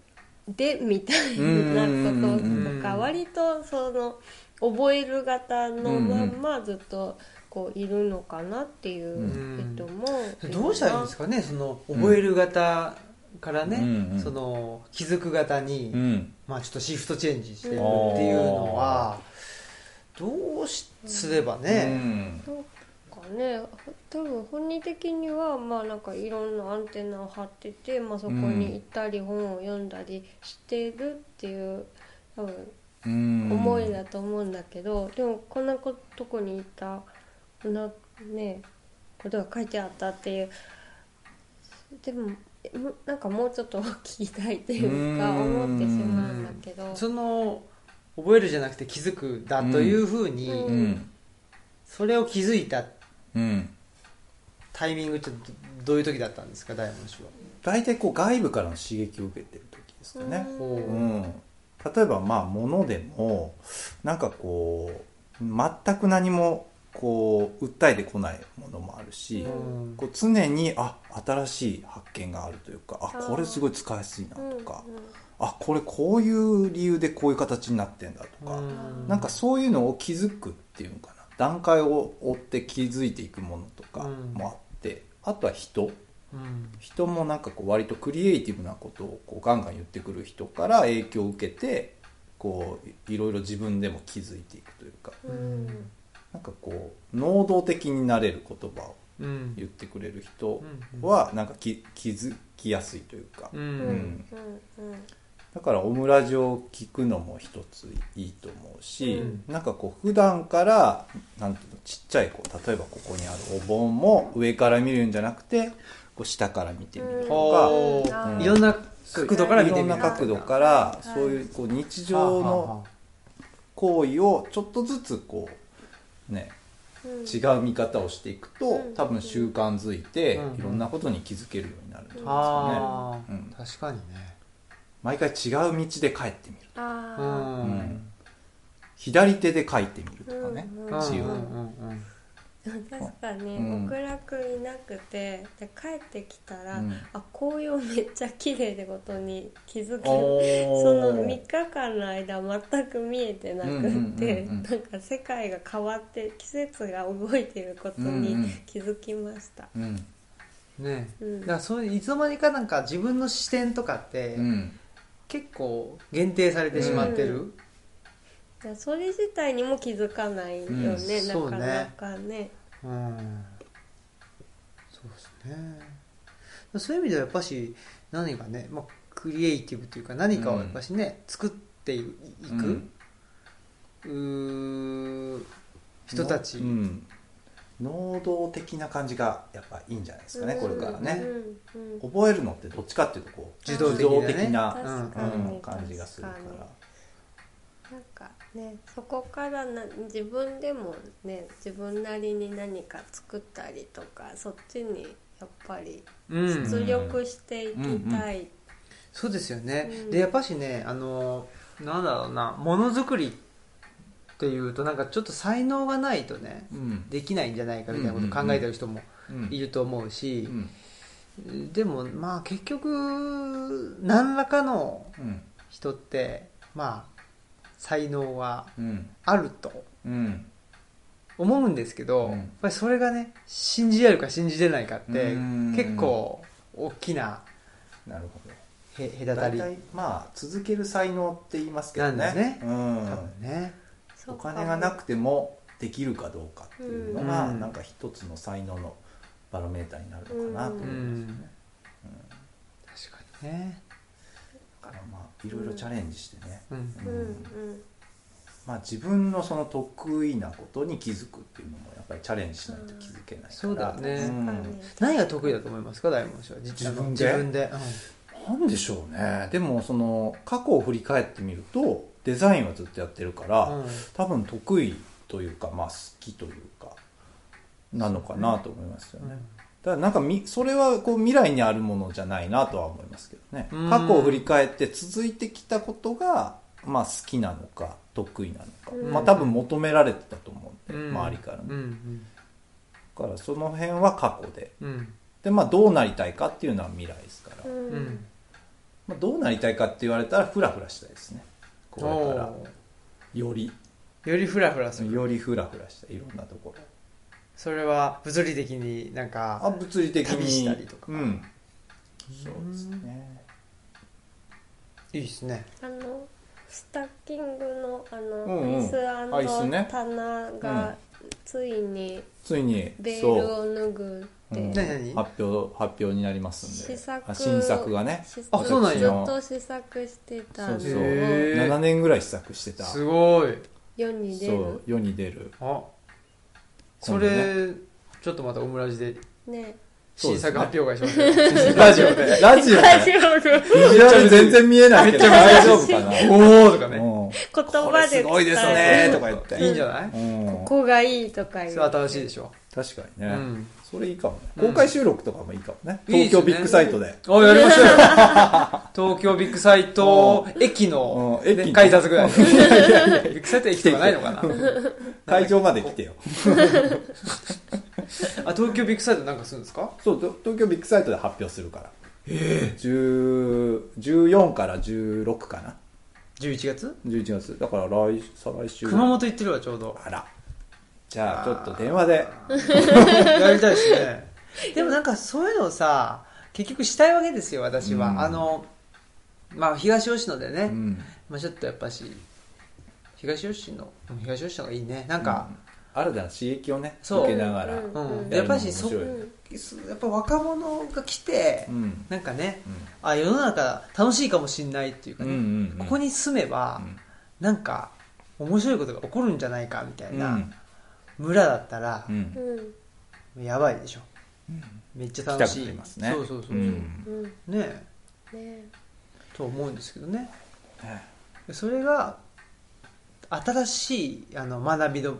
Speaker 2: でみたい
Speaker 3: うん
Speaker 2: な
Speaker 3: うん
Speaker 2: こ
Speaker 3: うん
Speaker 1: う
Speaker 2: と
Speaker 1: ん
Speaker 2: とか割とその覚える型のまんまずっとこういるのかなっていう人もいるな
Speaker 1: どうしたらいいんですかねその覚える型からね、
Speaker 3: うんうん
Speaker 1: その気づく型に、
Speaker 3: うん
Speaker 1: まあ、ちょっとシフトチェンジしていくっていう
Speaker 2: う
Speaker 1: んのはどうしすればね、
Speaker 2: なんかね多分本人的にはまあなんかいろんなアンテナを張ってて、まあ、そこに行ったり本を読んだりしてるっていう多分
Speaker 3: うん
Speaker 2: 思いだと思うんだけど、でもこんなことこにいたこんなねことが書いてあったっていうでもえもなんかもうちょっと聞きたいっていうか
Speaker 3: うん
Speaker 2: 思ってしまうんだけど。
Speaker 1: その覚えるじゃなくて気づくだというふうに、
Speaker 2: うん
Speaker 3: うん
Speaker 1: それを気づいた
Speaker 3: うん
Speaker 1: タイミングってどどういう時だったんですか大門氏は。
Speaker 3: 大体こう外部からの刺激を受けてる時ですかね、
Speaker 2: う
Speaker 3: う
Speaker 2: ん
Speaker 3: ん例えばまあ物でもなんかこう全く何もこう訴えてこないものもあるし、
Speaker 1: うん
Speaker 3: こう常にあ新しい発見があるというかあこれすごい使いやすいなとか、あこれこういう理由でこういう形になってんだとか、
Speaker 1: うん
Speaker 3: なんかそういうのを気づくっていうのかな段階を追って気づいていくものとか
Speaker 1: うん
Speaker 3: もあって、あとは人
Speaker 1: うん
Speaker 3: 人もなんかこう割とクリエイティブなことをこうガンガン言ってくる人から影響を受けてこういいろいろ自分でも気づいていくというか
Speaker 2: うん
Speaker 3: なんかこう能動的になれる言葉を
Speaker 1: うん
Speaker 3: 言ってくれる人
Speaker 1: うん
Speaker 3: はなんかき気づきやすいというか、
Speaker 1: うん
Speaker 2: うんうんうん
Speaker 3: だからオムラジオを聞くのも一ついいと思うし、
Speaker 1: うん
Speaker 3: なんかこう普段からなんていうのちっちゃいこう例えばここにあるお盆も上から見るんじゃなくてこう下から見てみるとか、
Speaker 1: ほ
Speaker 2: あ
Speaker 1: う
Speaker 2: ー
Speaker 1: いろんな角度から見て
Speaker 3: い
Speaker 1: み
Speaker 3: ろ
Speaker 1: る
Speaker 3: んな角度から
Speaker 2: はい
Speaker 3: そういうこう日
Speaker 1: はあ
Speaker 3: 常
Speaker 1: はあは
Speaker 3: の
Speaker 1: あ
Speaker 3: 行為をちょっとずつこうね
Speaker 2: うん
Speaker 3: 違う見方をしていくと、
Speaker 2: うん
Speaker 3: 多分習慣づいて、
Speaker 1: うん
Speaker 3: いろんなことに気づけるようになるんですよね
Speaker 1: ああ、
Speaker 3: うん
Speaker 1: 確かにね
Speaker 3: 毎回違う道で帰ってみる
Speaker 2: あ
Speaker 1: う
Speaker 2: あ
Speaker 1: ん、
Speaker 3: うん左手で書いてみるとかね、
Speaker 2: うんうん
Speaker 1: うん
Speaker 3: 自由
Speaker 1: うんうんうん
Speaker 2: 確かに
Speaker 3: うん
Speaker 2: 極楽いなくてで帰ってきたら、
Speaker 3: うん
Speaker 2: あ紅葉めっちゃ綺麗ってことに気づく
Speaker 3: おー
Speaker 2: その3日間の間全く見えてなくって、
Speaker 3: うんうんうんうん
Speaker 2: なんか世界が変わって季節が動いていることに
Speaker 3: うんうん
Speaker 2: 気づきました、
Speaker 3: うん
Speaker 1: ねえ
Speaker 2: うん
Speaker 1: だからそういういつの間にかなんか自分の視点とかって、
Speaker 3: うん
Speaker 1: 結構限定されてしまってる、
Speaker 2: じゃあそれ自体にも気づかないよね、
Speaker 3: うん
Speaker 1: そうね
Speaker 2: なかなかね
Speaker 1: うんそうですねそういう意味ではやっぱし何かね、まあ、クリエイティブというか何かをやっぱしね、作っていく、うー人たち、
Speaker 3: うん、能動的な感じがやっぱいいんじゃないですかね、これからね、
Speaker 2: うんうん
Speaker 3: 覚えるのってどっちかっていうとこう
Speaker 1: 自動的
Speaker 3: 自動
Speaker 1: に
Speaker 3: 的
Speaker 1: ね
Speaker 3: な、
Speaker 2: 確
Speaker 3: う
Speaker 2: かに、
Speaker 3: ん、感じがするから
Speaker 2: なんかねそこからな自分でもね自分なりに何か作ったりとかそっちにやっぱり
Speaker 1: うん
Speaker 2: 出力していきたい、
Speaker 1: そうですよね、
Speaker 2: うん
Speaker 1: でやっぱしねあのなんだろうなものづくりっていうとなんかちょっと才能がないとね
Speaker 3: うん
Speaker 1: できないんじゃないかみたいなことを考えてる人も
Speaker 3: うん
Speaker 1: いると思うし、
Speaker 3: うん
Speaker 1: でもまあ結局何らかの
Speaker 3: うん
Speaker 1: 人ってまあ才能は
Speaker 3: うん
Speaker 1: あると
Speaker 3: うん
Speaker 1: 思うんですけど、
Speaker 3: うん
Speaker 1: やっぱりそれがね信じられるか信じれないかって
Speaker 3: うん
Speaker 1: 結構大きな
Speaker 3: なるほど
Speaker 1: へ隔た
Speaker 3: 大
Speaker 1: り
Speaker 3: 体まあ続ける才能って言いますけどね
Speaker 1: なんだね
Speaker 3: うん
Speaker 1: 多分ね、
Speaker 2: そ
Speaker 3: お
Speaker 2: うか
Speaker 3: 金がなくてもできるかどうかっていうのが、
Speaker 1: うん
Speaker 3: なんか一つの才能のバロメーターになるのかなと思
Speaker 1: う
Speaker 3: い
Speaker 1: ん
Speaker 3: ますよね、
Speaker 1: 確かにね、
Speaker 3: だからまあいろいろチャレンジしてね、
Speaker 1: うん、
Speaker 2: うん
Speaker 3: まあ、自分のその得意なことに気づくっていうのもやっぱりチャレンジしないと気づけないから
Speaker 1: そうだね
Speaker 2: うん
Speaker 3: ん
Speaker 2: 確かに
Speaker 1: 何が得意だと思いますか大門氏は
Speaker 3: 自分で
Speaker 1: あの自分で、
Speaker 3: なんでしょうねでもその過去を振り返ってみるとデザインはずっとやってるから、
Speaker 1: うんうん
Speaker 3: 多分得意というかまあ好きというかなのかなと思いますよね、ただなんかみそれはこう未来にあるものじゃないなとは思いますけどね
Speaker 1: うん
Speaker 3: 過去を振り返って続いてきたことが、まあ、好きなのか得意なのか、
Speaker 2: うん
Speaker 3: まあ、多分求められてたと思うんで、
Speaker 1: うん
Speaker 3: 周りからね、
Speaker 1: うんうん
Speaker 3: だからその辺は過去で
Speaker 1: うん
Speaker 3: で、まあ、どうなりたいかっていうのは未来ですから、
Speaker 2: うん
Speaker 1: う
Speaker 2: うんん
Speaker 3: まあ、どうなりたいかって言われたらフラフラしたいですねこれから
Speaker 1: お
Speaker 3: より
Speaker 1: ーよりフラフラする
Speaker 3: よりフラフラしたいろんなところ
Speaker 1: それは物理的になんか
Speaker 3: あ物理的に
Speaker 1: 旅したりとか
Speaker 3: うん、そうですね
Speaker 1: いいですね
Speaker 2: あのスタッキングのあの、
Speaker 3: うんうん
Speaker 2: ア
Speaker 3: ア
Speaker 2: イ
Speaker 3: イ
Speaker 2: ス
Speaker 3: スね
Speaker 2: 棚がついに
Speaker 3: ついに
Speaker 2: ベール
Speaker 3: そう
Speaker 2: を脱ぐっ
Speaker 3: うん
Speaker 2: て、
Speaker 1: 何々
Speaker 3: 発表発表になりますんで
Speaker 2: 試作
Speaker 3: あ新作がね
Speaker 2: 試
Speaker 1: あそうなんや
Speaker 2: ずっと試作してたの
Speaker 3: そう
Speaker 2: を
Speaker 3: そう
Speaker 1: へー
Speaker 3: 7年ぐらい試作してた
Speaker 1: すごい
Speaker 2: 世に出
Speaker 3: そう
Speaker 2: る
Speaker 3: 世に出る
Speaker 1: あそ
Speaker 3: 今度ね
Speaker 1: れちょっとまたオムラジで
Speaker 2: ね
Speaker 1: 新作
Speaker 3: そう
Speaker 1: 発
Speaker 3: で
Speaker 1: 表会しましょう [laughs] ラジオで
Speaker 3: ラジオ
Speaker 2: ラジ
Speaker 3: ね
Speaker 2: オの
Speaker 3: ビジュアル全然見えないけど
Speaker 1: めっちゃ
Speaker 3: 大丈夫か
Speaker 1: 「
Speaker 3: な
Speaker 1: おお!」とか [laughs] ね
Speaker 3: うん
Speaker 2: 言
Speaker 1: これ
Speaker 2: 葉です
Speaker 1: ごいです
Speaker 2: 伝え
Speaker 1: ね
Speaker 2: る
Speaker 1: とか言っていいんじゃない
Speaker 3: うん
Speaker 2: ここがいいとか言
Speaker 1: そうれは楽しいでしょ
Speaker 3: 確かに
Speaker 1: う
Speaker 3: ね、
Speaker 1: ん
Speaker 3: それいいかもね
Speaker 1: うん
Speaker 3: 公開収録とかもいいかもね、
Speaker 1: いいです
Speaker 3: 東
Speaker 1: ね
Speaker 3: 京ビッグサイトで
Speaker 1: おやり [laughs] ましょうよ東京ビッグサイト駅の
Speaker 3: うん駅
Speaker 1: ね改札ぐらいのビッグサイト駅とかないのかな
Speaker 3: [laughs] 会場まで来てよ
Speaker 1: あ東京ビッグサイトなんかするんですか
Speaker 3: そうと東京ビッグサイトで発表するからええ14から16かな
Speaker 1: 11月
Speaker 3: 11月だから来再来週
Speaker 1: 熊本行ってるわちょうど
Speaker 3: あらじゃあちょっと電話で [laughs]
Speaker 1: やりたいですね [laughs] でもなんかそういうのをさ結局したいわけですよ私は、
Speaker 3: うん
Speaker 1: あのまあ東吉野でね、
Speaker 3: うん
Speaker 1: まあ、ちょっとやっぱし東吉野うん東吉野がいいねなんか、
Speaker 3: 新たな刺激をね
Speaker 1: そう
Speaker 3: 受けなが
Speaker 2: う
Speaker 3: ら
Speaker 2: ん
Speaker 1: うん
Speaker 2: うん
Speaker 1: やっぱしそ
Speaker 3: やるの面
Speaker 1: やっぱ若者が来て、
Speaker 3: うんうん
Speaker 1: なんかねあ世の中楽しいかもしれないっていうか
Speaker 3: うんう
Speaker 1: ね、
Speaker 3: ん
Speaker 1: ここに住めば、なんか面白いことが起こるんじゃないかみた
Speaker 3: う
Speaker 1: い
Speaker 3: ん
Speaker 1: な、村だったら
Speaker 3: う、ん
Speaker 2: うん
Speaker 1: やばいでしょ
Speaker 3: うん
Speaker 1: めっちゃ楽し
Speaker 3: 来たくないりますね
Speaker 1: そうそうそう、
Speaker 3: う
Speaker 1: ね
Speaker 3: ん
Speaker 2: うんね
Speaker 1: え
Speaker 2: え
Speaker 1: と思うんですけどね
Speaker 3: ね
Speaker 1: それが新しいあの学びの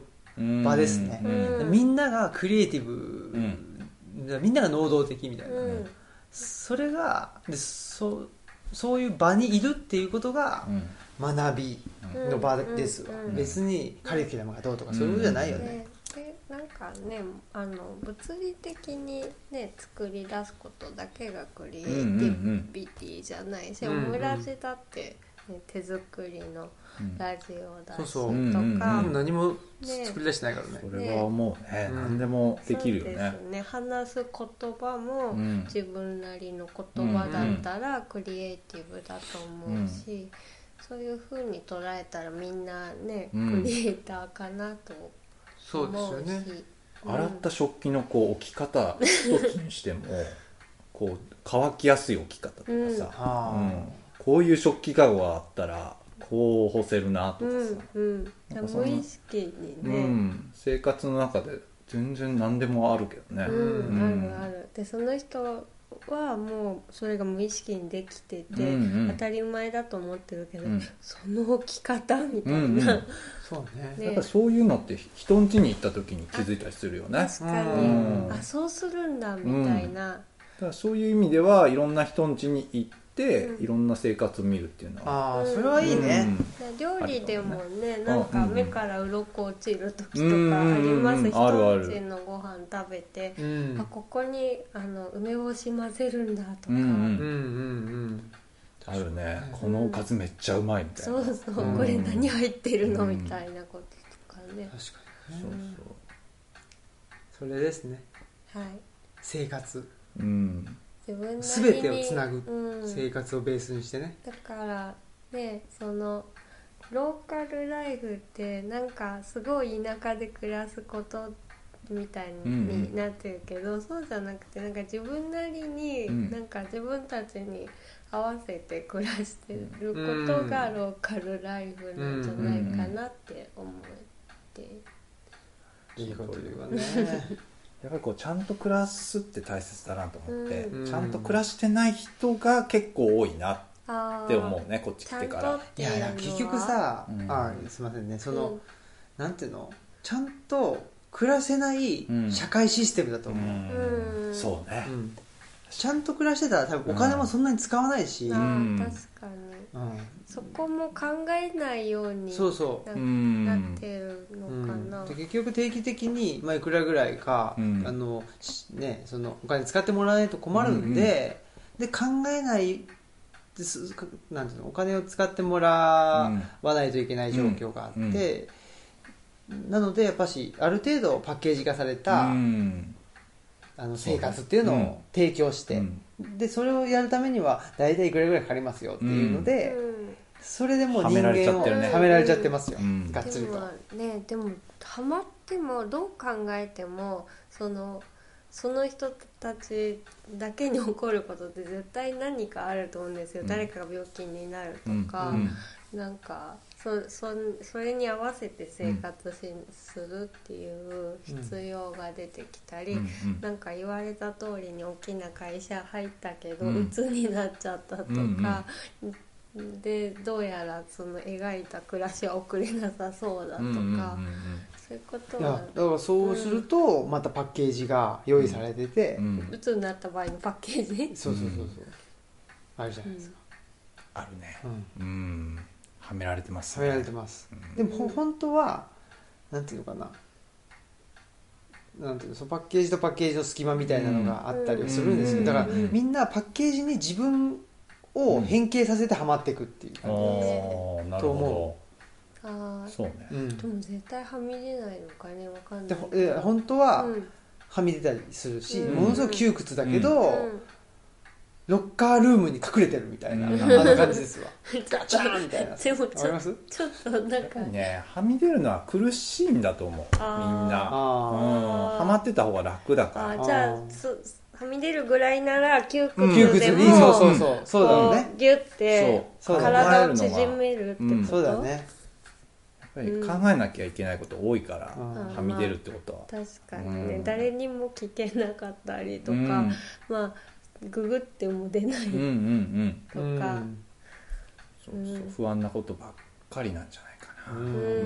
Speaker 1: 場ですね
Speaker 3: うん
Speaker 2: うん
Speaker 4: みんながクリエイティブ、みんなが能動的みたいな、
Speaker 2: うん
Speaker 4: それがでそそういう場にいるっていうことが
Speaker 3: うん
Speaker 1: 学びの場ですわ、
Speaker 2: うんうん
Speaker 1: 別にカリキュラムがどうとかそういうことじゃないよね、
Speaker 2: ね、でなんかねあの物理的にね作り出すことだけがクリエイティビティじゃないし、
Speaker 1: うんうん
Speaker 2: オムラジだって、ね、手作りのラジオだし
Speaker 1: そう
Speaker 2: と
Speaker 1: そう
Speaker 2: か、
Speaker 3: うんうんうん
Speaker 1: 多分何も
Speaker 2: ね
Speaker 1: 作り出してないからね
Speaker 3: それはもうね、
Speaker 1: うん
Speaker 3: 何でもできるよ
Speaker 2: そうで
Speaker 3: ね
Speaker 2: すね話す言葉も、
Speaker 3: うん
Speaker 2: 自分なりの言葉だったらクリエイティブだと思うし、そういうふうに捉えたらみんなね、
Speaker 3: うん
Speaker 2: クリエイターかなと
Speaker 1: そ
Speaker 2: 思
Speaker 1: う
Speaker 2: うし
Speaker 1: ですよね
Speaker 2: うん
Speaker 3: 洗った食器のこう置き方一つにして
Speaker 2: [laughs]
Speaker 3: もこう乾きやすい置き方とかさ、
Speaker 1: うん
Speaker 3: う
Speaker 1: あー
Speaker 3: んこういう食器かごがあったらこう干せるなと
Speaker 2: う
Speaker 3: か
Speaker 2: ん
Speaker 3: さ、
Speaker 2: うん
Speaker 3: なんかそん
Speaker 2: 無
Speaker 3: な
Speaker 2: 意識に
Speaker 3: う
Speaker 2: ね、
Speaker 3: ん、生活の中で全然何でもあるけどね、
Speaker 2: うん
Speaker 3: うん
Speaker 2: あるあるでその人はもうそれが無意識にできてて、
Speaker 3: うんうん
Speaker 2: 当たり前だと思ってるけど、
Speaker 3: うん
Speaker 2: その置き方みたいな、 [laughs]
Speaker 3: うんうん
Speaker 2: 確
Speaker 1: そうね
Speaker 2: ね
Speaker 3: やっぱそういうのって人ん家に行った時に気づいたりするよねだか
Speaker 2: かに、
Speaker 3: うん
Speaker 2: あそうするんだみたいな、
Speaker 3: らそういう意味ではいろんな人ん家に行って、
Speaker 2: うん
Speaker 3: いろんな生活を見るっていうのは
Speaker 1: ああそれはいいね、
Speaker 2: 料理でもね
Speaker 3: あ
Speaker 2: なんか
Speaker 3: うん
Speaker 2: 目から鱗落ちる時と
Speaker 3: うん
Speaker 2: かあります、
Speaker 3: うん
Speaker 2: 人
Speaker 3: あるある
Speaker 2: んちのご飯食べて、
Speaker 1: うん、うん
Speaker 2: あここにあの梅干し混ぜるんだとか、
Speaker 3: うんうん
Speaker 1: うんうん
Speaker 3: あるねこのおかずめっちゃうまいみたいな、
Speaker 2: そうそう、
Speaker 3: うん
Speaker 2: これ何入ってるの
Speaker 3: うん
Speaker 2: みたいなこととかね、
Speaker 1: 確か
Speaker 3: そ
Speaker 1: に
Speaker 3: う
Speaker 1: ね、
Speaker 3: そう
Speaker 1: それですね
Speaker 2: はい
Speaker 1: 生活
Speaker 3: うん
Speaker 2: 自分なりに
Speaker 1: 全てをつなぐ
Speaker 2: う
Speaker 1: 生
Speaker 2: ん、
Speaker 1: 活をベースにしてね、
Speaker 2: だからねそのローカルライフってなんかすごい田舎で暮らすことみたい
Speaker 3: うんう
Speaker 2: に
Speaker 3: ん
Speaker 2: なってるけど、そうじゃなくてなんか自分なりに、
Speaker 3: うん
Speaker 2: なんか自分たちに合わせて暮らしてることが
Speaker 1: うん
Speaker 2: ローカルライフなんじゃないかなって思って、
Speaker 1: いいこと言うわね
Speaker 3: やっぱりこうちゃんと暮らすって大切だなと思って、
Speaker 2: うん
Speaker 3: ちゃんと暮らしてない人が結構多いなっ
Speaker 2: あー
Speaker 3: て思うねこっち
Speaker 2: ち
Speaker 3: 来
Speaker 2: ゃ
Speaker 3: て
Speaker 2: ん
Speaker 3: か
Speaker 2: と
Speaker 3: ら
Speaker 2: って
Speaker 1: い
Speaker 2: いうのは
Speaker 1: やいや結局さ、
Speaker 3: うん
Speaker 1: あーすいませんねその、
Speaker 2: うん
Speaker 1: なんていうのちゃんと暮らせない
Speaker 3: うん
Speaker 1: 社会システムだと
Speaker 3: う
Speaker 1: 思う、うん
Speaker 3: ん
Speaker 2: うん
Speaker 3: そうね、
Speaker 1: ちゃんと暮らしてたら多分お金もそんなに使わないし、
Speaker 2: あ
Speaker 1: うん
Speaker 2: ー
Speaker 3: うん
Speaker 2: 確かにそこも考えないように
Speaker 1: そうそ
Speaker 2: な
Speaker 1: う、
Speaker 3: うん
Speaker 2: なってるの
Speaker 1: うん
Speaker 2: かな、
Speaker 1: で結局定期的に、まあ、いくらぐらいか、
Speaker 3: うん
Speaker 1: あのしね、そのお金使ってもらわないと困るんで,、で考えないですかなんていうのお金を使ってもら
Speaker 3: うん
Speaker 1: わないといけない状況があって、なのでやっぱしある程度パッケージ化された、
Speaker 3: うん
Speaker 1: あの生活っていうのを提供して、
Speaker 3: うん
Speaker 1: でそれをやるためには大体いくらぐらいかかりますよっていうので、
Speaker 2: うん
Speaker 1: それでもう
Speaker 3: は
Speaker 1: 人
Speaker 3: められちゃ
Speaker 1: 間をは
Speaker 3: って
Speaker 1: め
Speaker 3: るね
Speaker 1: られちゃってますよ、
Speaker 3: うん
Speaker 1: がっつり
Speaker 2: で
Speaker 1: と
Speaker 2: もねでもハマってもどう考えてもそのその人たちだけに起こることって絶対何かあると思うんですよ、
Speaker 3: うん
Speaker 2: 誰かが病気になると
Speaker 3: うん
Speaker 2: か、
Speaker 3: うん
Speaker 2: なんかそそそれに合わせて生活し、するっていう必要が出てきたり、
Speaker 3: うんうん
Speaker 2: なんか言われた通りに大きな会社入ったけど、
Speaker 3: うん
Speaker 2: 鬱になっちゃったと
Speaker 3: うん
Speaker 2: か、でどうやらその描いた暮らしは送れなさそうだとか、
Speaker 3: うんうんうん
Speaker 2: そういうこと
Speaker 1: いや
Speaker 2: は
Speaker 1: だからそうするとまたパッケージが用意されてて、
Speaker 3: うんうん
Speaker 2: 鬱になった場合のパッケージ、
Speaker 1: そうそうそうそうあるじゃないですか、
Speaker 3: あるね
Speaker 1: うん
Speaker 3: うんはめられてます
Speaker 1: はめられてます、
Speaker 3: うん
Speaker 1: でもほ本当はなんていうのかななんていうのそのパッケージとパッケージの隙間みたいなのがあったりはするんですけど、
Speaker 3: うん
Speaker 1: だから
Speaker 3: うん
Speaker 1: みんなパッケージに自分を変形させてハマっていくっていう感
Speaker 3: ああなる
Speaker 1: と思
Speaker 3: ほ
Speaker 2: あ
Speaker 3: ど
Speaker 2: ー
Speaker 3: そうね
Speaker 1: じ、うん
Speaker 2: でも絶対はみ出ないのかねわかんな
Speaker 1: で
Speaker 2: い
Speaker 1: ほ
Speaker 2: けど
Speaker 1: え本当は
Speaker 2: うん
Speaker 1: はみ出たりするし、
Speaker 2: うん
Speaker 1: ものすごく窮屈だけど、
Speaker 2: うん
Speaker 1: ロッカールームに隠れてるみたいな、
Speaker 3: うん
Speaker 1: あの感じですわ
Speaker 2: ガ
Speaker 1: チャーンみたいな
Speaker 2: でも
Speaker 1: わ
Speaker 2: ち
Speaker 1: かり
Speaker 2: ょ
Speaker 1: ます
Speaker 2: ちょっとなんか、
Speaker 3: ねはみ出るのは苦しいんだと思うみん
Speaker 2: あー
Speaker 3: なうん
Speaker 1: あ
Speaker 2: あー
Speaker 3: はまってた方が楽だから
Speaker 2: あ
Speaker 1: ー
Speaker 2: じゃ
Speaker 1: あ
Speaker 2: あ
Speaker 1: ー
Speaker 2: そはみ出るぐらいなら窮屈で
Speaker 1: あ
Speaker 2: も、
Speaker 1: 窮屈
Speaker 2: で
Speaker 1: に
Speaker 2: も
Speaker 1: そうそうそう、そうだよね
Speaker 2: こうギュッて
Speaker 1: そうそう
Speaker 2: 体を縮めるってこと、
Speaker 3: うん
Speaker 1: そうだよね、
Speaker 3: やっぱり考えなきゃいけないこと多いから、
Speaker 1: うん
Speaker 3: はみ出るってことは、
Speaker 2: 確かにね、
Speaker 3: うん
Speaker 2: 誰にも聞けなかったりとか、
Speaker 3: うん
Speaker 2: まあググっても出ない
Speaker 3: うんうんうん
Speaker 2: とか
Speaker 1: うん
Speaker 3: そうそう
Speaker 2: うん
Speaker 3: 不安なことばっかりなんじゃないか
Speaker 1: う
Speaker 3: な、
Speaker 2: うん
Speaker 1: ん
Speaker 3: う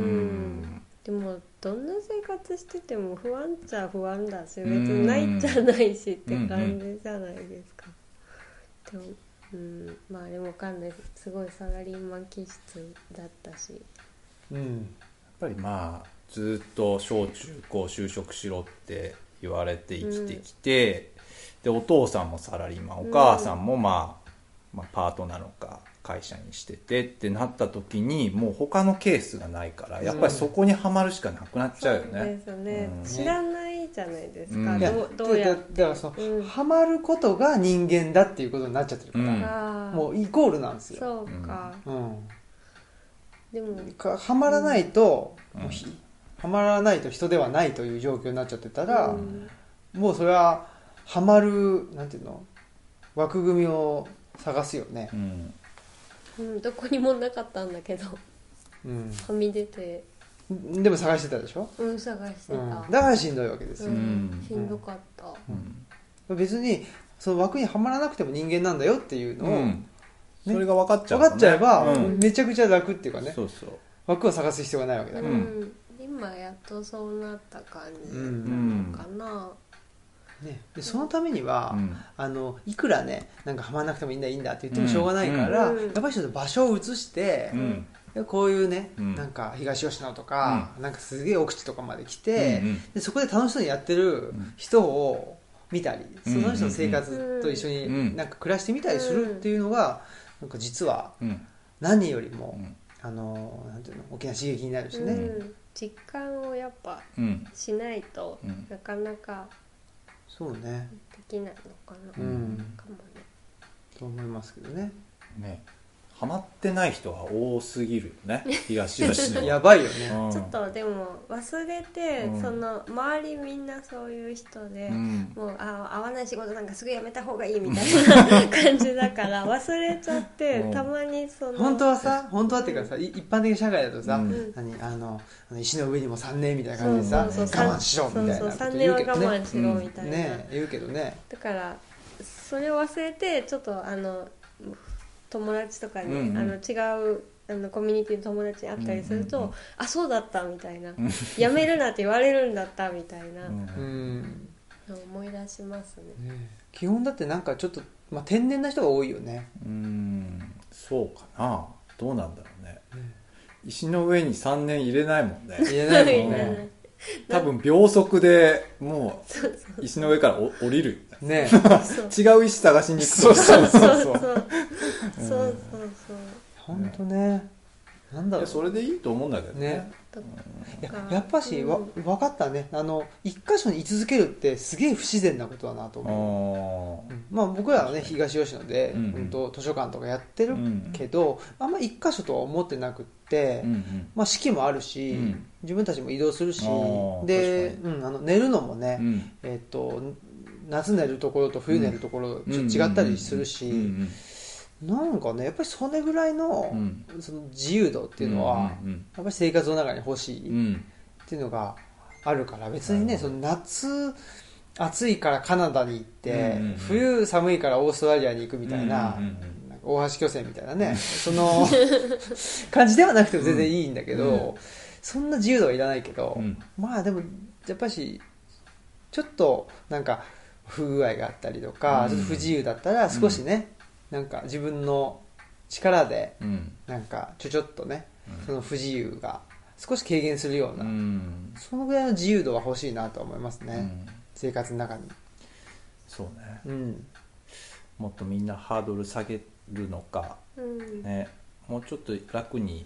Speaker 3: ん
Speaker 2: でもどんな生活してても不安っちゃ不安だし別にないっちゃないしって感じじゃないですか、でもうんまああれもわかんないすごいサラリーマン気質だったし
Speaker 1: うん。
Speaker 3: ぱりまあずっと小中高就職しろって言われて生きてきて、でお父さんもサラリーマンお母さんもまあ、まあ、パートなのか会社にしててってなった時にもう他のケースがないからやっぱりそこにはまるしかなくなっちゃうよね、
Speaker 2: そうですよね、
Speaker 3: うん
Speaker 2: 知らないじゃないですか、
Speaker 3: うん
Speaker 1: いや
Speaker 2: どうどうや
Speaker 1: だ
Speaker 2: っ
Speaker 1: だ
Speaker 2: て
Speaker 1: からその、
Speaker 2: うん
Speaker 1: ハマることが人間だっていうことになっちゃってるから、
Speaker 3: うん
Speaker 2: あー
Speaker 1: もうイコールなんですよ。
Speaker 2: そうか、
Speaker 1: うん。
Speaker 2: でも
Speaker 1: かハマらないと、
Speaker 3: うん
Speaker 1: もうひハマらないと人ではないという状況になっちゃってたら、
Speaker 2: うん
Speaker 1: もうそれはハマるなんていうの枠組みを探すよね
Speaker 3: う、ん
Speaker 2: うんどこにもなかったんだけど
Speaker 1: うん、
Speaker 2: はみ出て
Speaker 1: でも探してたでしょ、
Speaker 2: うん探して
Speaker 1: う
Speaker 2: た、
Speaker 1: ん、だからしんどいわけです
Speaker 2: う
Speaker 1: よ、
Speaker 2: ん
Speaker 3: うん
Speaker 2: しんどかった、
Speaker 3: うん
Speaker 1: 別にその枠にはまらなくても人間なんだよっていうのを、
Speaker 3: うんそれが分かっちゃ
Speaker 1: 分
Speaker 3: う
Speaker 1: か
Speaker 3: とね
Speaker 1: っちゃえば、
Speaker 3: うん
Speaker 1: めちゃくちゃ楽っていうかね
Speaker 3: そうそう
Speaker 1: 枠を探す必要がないわけだ
Speaker 2: う
Speaker 1: から、
Speaker 2: ん、今やっとそうなった感じ
Speaker 1: うん
Speaker 2: かな、
Speaker 1: ね、でそのためには、
Speaker 3: うん
Speaker 1: あのいくらねなんかはまらなくてもいいんだいいんだって言ってもしょうがないから、
Speaker 2: うんうん
Speaker 1: やっぱりちょっと場所を移して
Speaker 3: う、ん
Speaker 1: でこういうね、
Speaker 3: うん
Speaker 1: なんか東吉野とか、なんかすげえ奥地とかまで来て、
Speaker 3: うんうん
Speaker 1: でそこで楽しそうにやってる人を見たり、
Speaker 3: うん
Speaker 1: その人の生活と一緒
Speaker 3: う
Speaker 1: に
Speaker 3: ん
Speaker 1: なんか暮らしてみたりするっていうのが、なんか実は
Speaker 3: うん
Speaker 1: 何より
Speaker 3: う
Speaker 1: も、
Speaker 3: ん
Speaker 1: あのなんていうの大きな刺激になるし
Speaker 2: う
Speaker 1: ね、
Speaker 2: ん、実感をやっぱ
Speaker 3: うん
Speaker 2: しないと
Speaker 3: うん
Speaker 2: なかなか
Speaker 1: そうね
Speaker 2: できないのかな、
Speaker 1: うん
Speaker 2: かもね
Speaker 1: と思いますけどね
Speaker 3: ねハマってない人は多すぎるよね
Speaker 1: [laughs]
Speaker 3: 東吉野は
Speaker 1: やばいよね、
Speaker 3: うん
Speaker 2: ちょっとでも忘れて、
Speaker 3: うん
Speaker 2: その周りみんなそういう人で、
Speaker 3: うん
Speaker 2: もうあ合わない仕事なんかすぐやめた方がいいみたいな感じだから忘れちゃって、
Speaker 3: うん
Speaker 2: たまにその
Speaker 1: 本当はさ本当はっていうかさい一般的社会だとさ、
Speaker 3: うん
Speaker 1: 何あのあの石の上にも3年みたいな感じでさ
Speaker 2: そうそうそう
Speaker 1: 我慢しろみたいな
Speaker 2: そう
Speaker 1: こ
Speaker 2: そう
Speaker 1: と言
Speaker 2: 3年
Speaker 1: う
Speaker 2: は
Speaker 1: けどね
Speaker 2: 我慢しろみたいな、
Speaker 1: ね言うけどね
Speaker 2: だからそれを忘れてちょっとあの友達とかに、
Speaker 3: うんうん
Speaker 2: あの違うあのコミュニティの友達に会ったりすると「
Speaker 3: うんうんう
Speaker 2: あそうだった」みたいな「やめるな」って言われるんだったみたいな
Speaker 3: うん
Speaker 1: うん
Speaker 2: のを思い出しますね。
Speaker 1: ね基本だってなんかちょっと、まあ、天然な人が多いよね
Speaker 3: うんそうかなどうなんだろうね石の上に3年入れないもんね
Speaker 1: 言え
Speaker 2: は
Speaker 1: ない
Speaker 2: い
Speaker 1: もん
Speaker 2: な
Speaker 1: ね
Speaker 2: [laughs] ん
Speaker 3: 多分秒速でもう石の上からお降りるよね
Speaker 1: ね
Speaker 2: かそう
Speaker 3: 違う石探しに行く
Speaker 1: そうそう
Speaker 2: そうそうそうそうそうそう
Speaker 1: 本当ねなんだ
Speaker 3: い
Speaker 1: ろ
Speaker 3: や
Speaker 1: う
Speaker 3: それでいいと思うんだけどね
Speaker 1: ね
Speaker 2: と
Speaker 1: いややっぱしわ
Speaker 2: うん
Speaker 1: 分かったねあの一箇所に居続けるってすげえ不自然なことだなと
Speaker 3: あ
Speaker 1: 思う
Speaker 3: ー
Speaker 1: うんまあ、僕らはね東吉野で、
Speaker 3: うんうん
Speaker 1: 本当図書館とかやってる
Speaker 3: うん
Speaker 1: けど、あんま一箇所とは思ってなくって、
Speaker 3: うんうん
Speaker 1: まあ、四季もあるし、
Speaker 3: うん
Speaker 1: 自分たちも移動するし
Speaker 3: あー
Speaker 1: で
Speaker 3: 確、
Speaker 1: うん、あの寝るのもね、
Speaker 3: うん
Speaker 1: えっと夏寝るところと冬寝るところちょっと違ったりするし、
Speaker 3: うん
Speaker 1: なんかねやっぱりそれぐらいの,、
Speaker 3: うん
Speaker 1: その自由度っていうのは、
Speaker 3: うんうん
Speaker 1: やっぱり生活の中に欲しい
Speaker 3: うんうん
Speaker 1: っていうのがあるから別にね
Speaker 3: なる
Speaker 1: そ
Speaker 3: ほど
Speaker 1: の夏暑いからカナダに行って、
Speaker 3: うんうんうん
Speaker 1: 冬寒いからオーストラリアに行くみたいな,、
Speaker 3: うんうんうん
Speaker 1: なんか大橋巨泉みたいな
Speaker 3: [laughs]
Speaker 1: ねその感じではなくても全然いいんだけど、
Speaker 3: うんう
Speaker 1: そんな自由度はいらないけど、
Speaker 3: うん
Speaker 1: まあでもやっぱしちょっとなんか不具合があったりとか、
Speaker 3: うん
Speaker 1: ちょっと不自由だったら少しね、なんか自分の力で
Speaker 3: うん
Speaker 1: なんかちょちょっとね、その不自由が少し軽減するような、
Speaker 3: うん
Speaker 1: そのぐらいの自由度は欲しいなと思いますね、
Speaker 3: うん
Speaker 1: 生活の中に
Speaker 3: そうね
Speaker 1: うん
Speaker 3: もっとみんなハードル下げるのか、
Speaker 2: うんね
Speaker 3: ね、もうちょっと楽に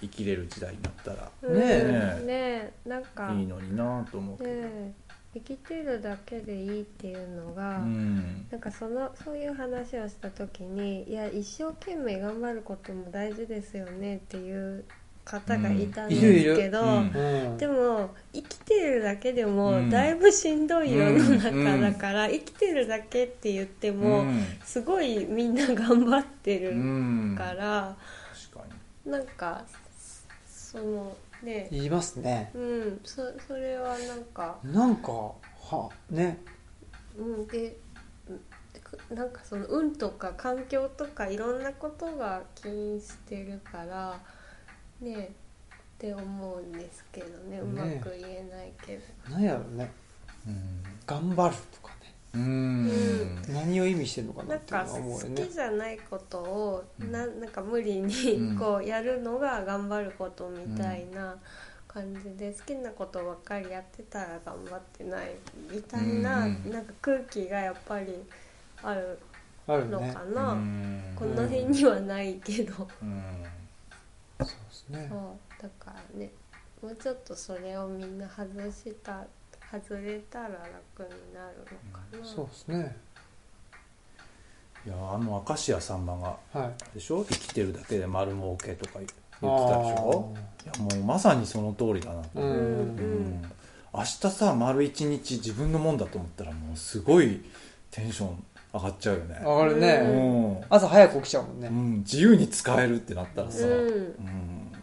Speaker 3: 生きれる時代になったら
Speaker 1: ね
Speaker 2: えねえなんか
Speaker 3: いいのになと思うけど、
Speaker 2: ね生きてるだけでいいっていうの
Speaker 3: う
Speaker 2: が、
Speaker 3: ん
Speaker 2: なんかそのそういう話をした時にいや一生懸命頑張ることも大事ですよねっていう方がいたん
Speaker 1: うんいる
Speaker 2: で
Speaker 1: いる
Speaker 2: すけど、
Speaker 3: うん
Speaker 1: うん
Speaker 2: でも生きてるだけで
Speaker 3: う
Speaker 2: も
Speaker 3: ん
Speaker 2: だいぶしんどい世の
Speaker 3: うん
Speaker 2: 中だから、生きてるだけって言っても、
Speaker 3: うん
Speaker 2: すごいみんな頑張って
Speaker 3: う
Speaker 2: る
Speaker 3: ん、
Speaker 2: から、
Speaker 3: 確かに
Speaker 2: なんかそのね
Speaker 1: 言いますね
Speaker 2: うんそそれはなんか。
Speaker 1: なんかはね
Speaker 2: うん、でうんくなんかその運とか環境とかいろんなことが起因してるからねって思うんですけどねうまく言えないけど、
Speaker 1: なんやろうね
Speaker 3: うん
Speaker 1: 頑張るとかね
Speaker 3: うん
Speaker 1: 何を意味してるのかな
Speaker 2: な
Speaker 1: っ
Speaker 2: ん
Speaker 1: ていう
Speaker 2: か
Speaker 1: のは思うよ
Speaker 2: 好
Speaker 1: ね
Speaker 2: きじゃないことを、
Speaker 3: うん
Speaker 2: ななんか無理にこうやるのが頑張ることみたいな感じで好きなことばっかりやってたら頑張ってないみたいな、
Speaker 3: うん
Speaker 2: なんか空気がやっぱりある
Speaker 1: ある
Speaker 2: の
Speaker 1: ね
Speaker 2: かな、
Speaker 3: うん
Speaker 2: この辺にはないけど、
Speaker 3: うん
Speaker 1: そうですね
Speaker 2: そうだからねもうちょっとそれをみんな外した外れたら楽になるのかな、
Speaker 1: そうですね
Speaker 3: いやあの明石家さんまが
Speaker 1: はい
Speaker 3: でしょ生きてるだけで丸儲けとか言ってたでしょいやもうまさにその通りだなと、
Speaker 1: あーうん
Speaker 2: うん
Speaker 3: 明日さ丸一日自分のもんだと思ったらもうすごいテンション上がっちゃうよね
Speaker 1: 上がるね、
Speaker 2: う
Speaker 3: うん
Speaker 1: 朝早く起きちゃうもんね、
Speaker 3: うん、自由に使えるってなったらさ、
Speaker 2: う
Speaker 3: うん
Speaker 2: ん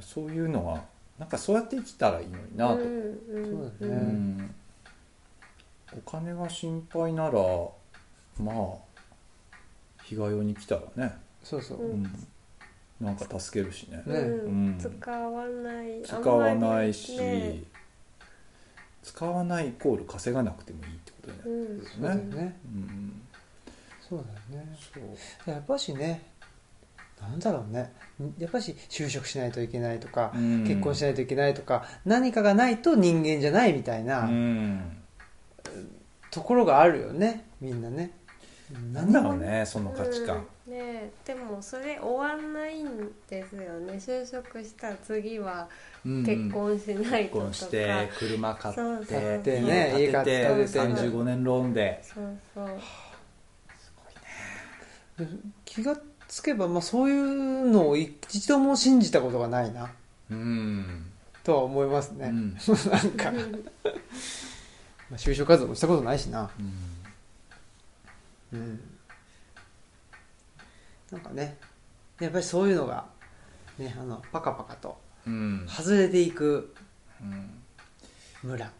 Speaker 3: そういうのはなんかそうやって生きたらいいのになと、
Speaker 2: うんうん
Speaker 1: そうだね
Speaker 3: うんお金が心配ならまあ日帰りに来たらね、
Speaker 1: そうそう、
Speaker 2: うん
Speaker 3: うんなんか助けるしね、
Speaker 1: ね
Speaker 2: うん
Speaker 3: うん
Speaker 2: 使わない
Speaker 3: 使わない
Speaker 2: あ
Speaker 3: し、
Speaker 2: んまりね
Speaker 3: 使わないイコール稼がなくてもいいってことにな
Speaker 2: う
Speaker 3: る
Speaker 2: ん
Speaker 1: そうだよ
Speaker 3: けどね、
Speaker 1: ね
Speaker 3: うん
Speaker 1: そうだよね
Speaker 3: そう
Speaker 1: やっぱしねなんだろうねやっぱし就職しないといけないとか、
Speaker 3: うん
Speaker 1: 結婚しないといけないとか何かがないと人間じゃないみたいな
Speaker 3: うん
Speaker 1: ところがあるよねみんなね
Speaker 3: なんだろうねその価値観、
Speaker 2: うんねえでもそれ終わんないんですよね就職したら次は
Speaker 3: うん
Speaker 2: 結婚しないと
Speaker 3: 結
Speaker 2: とか、
Speaker 3: 婚して車買って
Speaker 2: そうそう
Speaker 1: 買ってね
Speaker 3: 家建て
Speaker 1: 家買って
Speaker 3: 35年ローンで
Speaker 2: そうそう
Speaker 1: 気がつけば、まあ、そういうのを一度も信じたことがないな
Speaker 3: うん、
Speaker 1: とは思いますね、
Speaker 3: うん
Speaker 1: なん
Speaker 3: [laughs]
Speaker 1: かまあ就職活動もしたことないしな
Speaker 3: うん
Speaker 1: うんなんかねやっぱりそういうのが、ね、あのパカパカと
Speaker 3: うん
Speaker 1: 外れていく
Speaker 3: うん
Speaker 1: 村